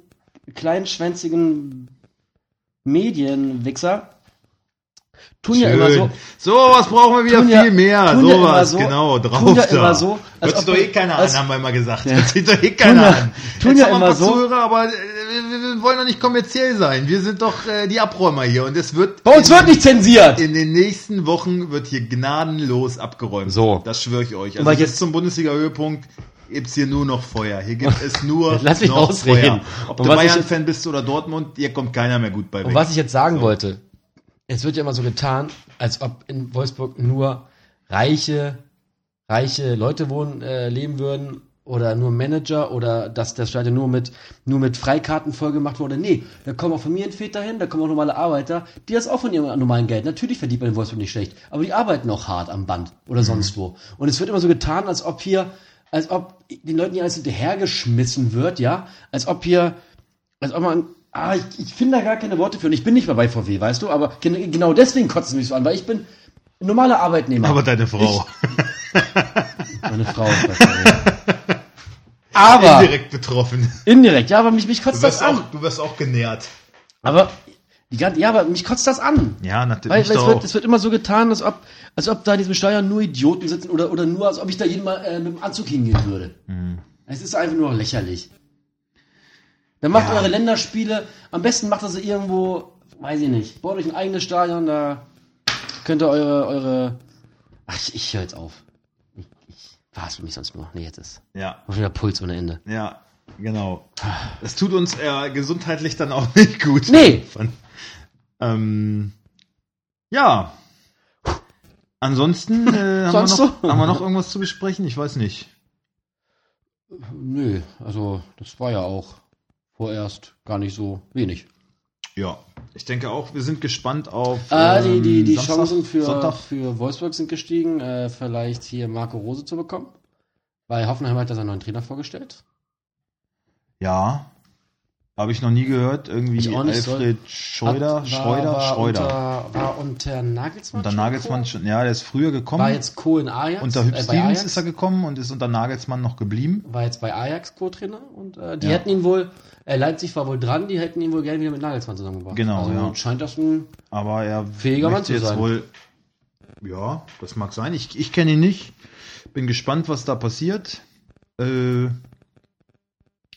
kleinschwänzigen Medienwichser tun ja immer so,
So, was brauchen wir wieder
Tun ja-
viel mehr.
tun ja immer
Sowas,
so-
genau,
tun
drauf
ja
da.
immer so, als
Hört sich
ob
doch eh
wir-
keiner
als-
an, haben wir immer gesagt.
Ja.
Hört sich doch eh keiner
ja-
an.
tun
Jetzt
ja
haben wir ein
immer
paar
so.
Zuhörer, aber äh, wir, wir wollen doch nicht kommerziell sein. Wir sind doch äh, die Abräumer hier und es wird
Bei uns wird nicht zensiert!
in den nächsten Wochen wird hier gnadenlos abgeräumt.
So.
Das schwöre ich euch.
Weil
Also
ich
jetzt
jetzt-
zum Bundesliga-Höhepunkt gibt's hier nur noch Feuer. Hier gibt es nur
Lass mich
noch Feuer.
ausreden.
Ob
Und
du
was ich jetzt-
Bayern-Fan bist oder Dortmund, hier kommt keiner mehr gut bei
Und
weg.
was ich jetzt sagen wollte, es wird ja immer so getan, als ob in Wolfsburg nur reiche, reiche Leute wohnen, äh, leben würden oder nur Manager oder dass das Stadion nur mit, nur mit Freikarten vollgemacht wurde. Nee, da kommen auch Familienväter hin, da kommen auch normale Arbeiter, die das auch von ihrem normalen Geld. Natürlich verdient man in Wolfsburg nicht schlecht, aber die arbeiten auch hart am Band oder sonst wo. Und es wird immer so getan, als ob hier, als ob den Leuten hier alles hinterhergeschmissen wird, ja, als ob hier als ob man. Ah, ich, ich finde da gar keine Worte für. Und ich bin nicht mal bei VW, weißt du? Aber gen genau deswegen kotzt es mich so an, weil ich bin ein normaler Arbeitnehmer.
aber deine Frau.
Meine Frau ist bei VW. aber
Direkt betroffen.
Ah. indirekt, ja, aber mich, mich kotzt
Du
das
wirst,
an.
auch, du wirst auch genährt.
Aber Die ganze, ja, aber mich kotzt das an.
Ja, natürlich.
Weil, weil es,
doch.
wird, es wird immer so getan, als ob, als ob da in diesem Steuer nur Idioten sitzen oder, oder nur, als ob ich da jeden Mal äh, mit dem Anzug hingehen würde.
Mhm.
Es ist einfach nur lächerlich. Dann macht
Ja.
eure Länderspiele, am besten macht ihr sie irgendwo, weiß ich nicht, baut euch ein eigenes Stadion, da könnt ihr eure, eure, ach, ich, ich höre jetzt auf. Ich, ich verhaspel mich sonst nur. Nee, jetzt ist
ja,
schon der Puls ohne Ende.
ja, genau. Das tut uns äh, gesundheitlich dann auch nicht gut.
Ah. Nee.
Von, ähm, ja. Ansonsten äh, haben,
Sonst
wir noch,
so?
haben wir noch irgendwas zu besprechen? Ich weiß nicht.
Nö, also, das war ja auch vorerst gar nicht so wenig.
Ja, ich denke auch, wir sind gespannt auf.
Ah, die,
ähm,
die, die
Samstag,
Chancen für,
Sonntag.
für Wolfsburg sind gestiegen, äh, vielleicht hier Marco Rose zu bekommen. Weil Hoffenheim hat da seinen neuen Trainer vorgestellt.
Ja. Habe ich noch nie gehört. Irgendwie
Ich auch nicht, soll-
Alfred Schreuder,
Hat-
Schreuder, Schreuder.
Unter, war unter Nagelsmann.
unter
schon
Nagelsmann
Co?
schon, ja, der ist früher gekommen.
War jetzt Co. in Ajax.
unter Hüb
äh, bei
Stevens
Ajax,
ist er gekommen und ist unter Nagelsmann noch geblieben.
War jetzt bei Ajax Co-Trainer und äh, die
Ja.
hätten ihn wohl, äh, Leipzig war wohl dran, die hätten ihn wohl gerne wieder mit Nagelsmann zusammengebracht.
Genau,
also
ja.
scheint das ein.
Aber er
Fähiger Mann
möchte
zu sein.
wohl. Ja, das mag sein. Ich, ich kenne ihn nicht. Bin gespannt, was da passiert. Äh,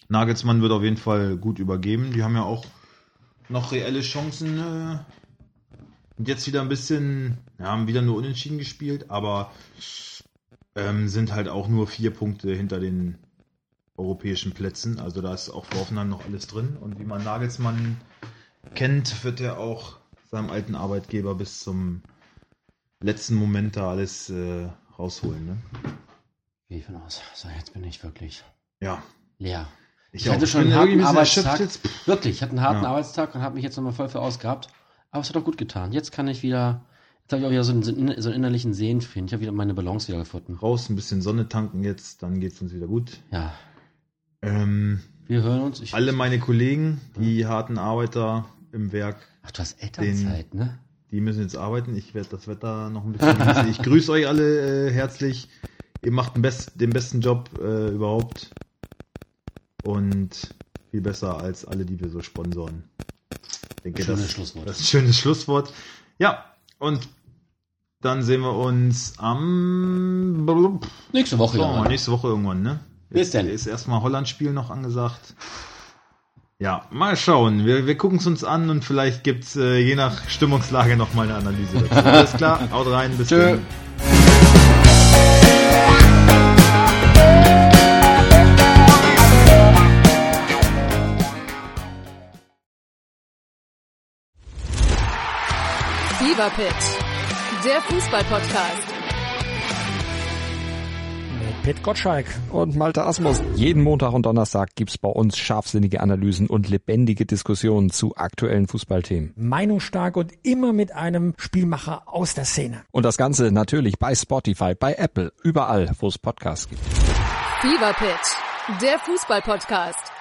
Nagelsmann wird auf jeden Fall gut übergeben. Die haben ja auch noch reelle Chancen. Äh, und jetzt wieder ein bisschen, ja, haben wieder nur unentschieden gespielt, aber ähm, sind halt auch nur vier Punkte hinter den europäischen Plätzen. Also da ist auch für Hoffenheim noch alles drin. Und wie man Nagelsmann kennt, wird er auch seinem alten Arbeitgeber bis zum letzten Moment da alles äh, rausholen. Ne?
Gehe ich von aus. So, jetzt bin ich wirklich
Ja.
leer.
Ich,
hatte
auch.
schon
bin
einen harten
irgendwie ein bisschen
Arbeitstag.
erschöpft jetzt.
Wirklich, ich hatte einen harten
Ja.
Arbeitstag und habe mich jetzt nochmal voll für ausgehabt. Aber es hat auch gut getan. Jetzt kann ich wieder, jetzt habe ich auch wieder so einen, so einen innerlichen Seelenfrieden. Ich habe wieder meine Balance wieder gefunden.
Raus, ein bisschen Sonne tanken jetzt, dann geht's uns wieder gut.
Ja,
Ähm,
wir hören uns. Ich,
alle meine Kollegen, die harten Arbeiter im Werk,
Ach, du hast Elternzeit, ne?
die müssen jetzt arbeiten. Ich werde das Wetter noch ein bisschen genießen. Ich grüße euch alle äh, herzlich. Ihr macht den, best, den besten Job äh, überhaupt. Und viel besser als alle, die wir so sponsoren. Ich denke,
Schönes
das,
Schlusswort.
Das ist ein schönes Schlusswort. Ja, und dann sehen wir uns am
Nächste Woche.
Schauen wir mal,
ja.
nächste Woche irgendwann, ne?
Bis
Jetzt
denn.
Ist erstmal Holland-Spiel noch angesagt. Ja, mal schauen. Wir, wir gucken es uns an und vielleicht gibt es äh, je nach Stimmungslage nochmal eine Analyse dazu. Alles klar, haut rein, bis
Tschö.
dann.
Fever Pitch, der Fußballpodcast.
Mit Pit Gottschalk.
und Malte Asmus. Jeden Montag und Donnerstag gibt's bei uns scharfsinnige Analysen und lebendige Diskussionen zu aktuellen Fußballthemen.
Meinungsstark und immer mit einem Spielmacher aus der Szene.
Und das Ganze natürlich bei Spotify, bei Apple, überall, wo es Podcasts gibt.
Fever Pitch, der Fußballpodcast.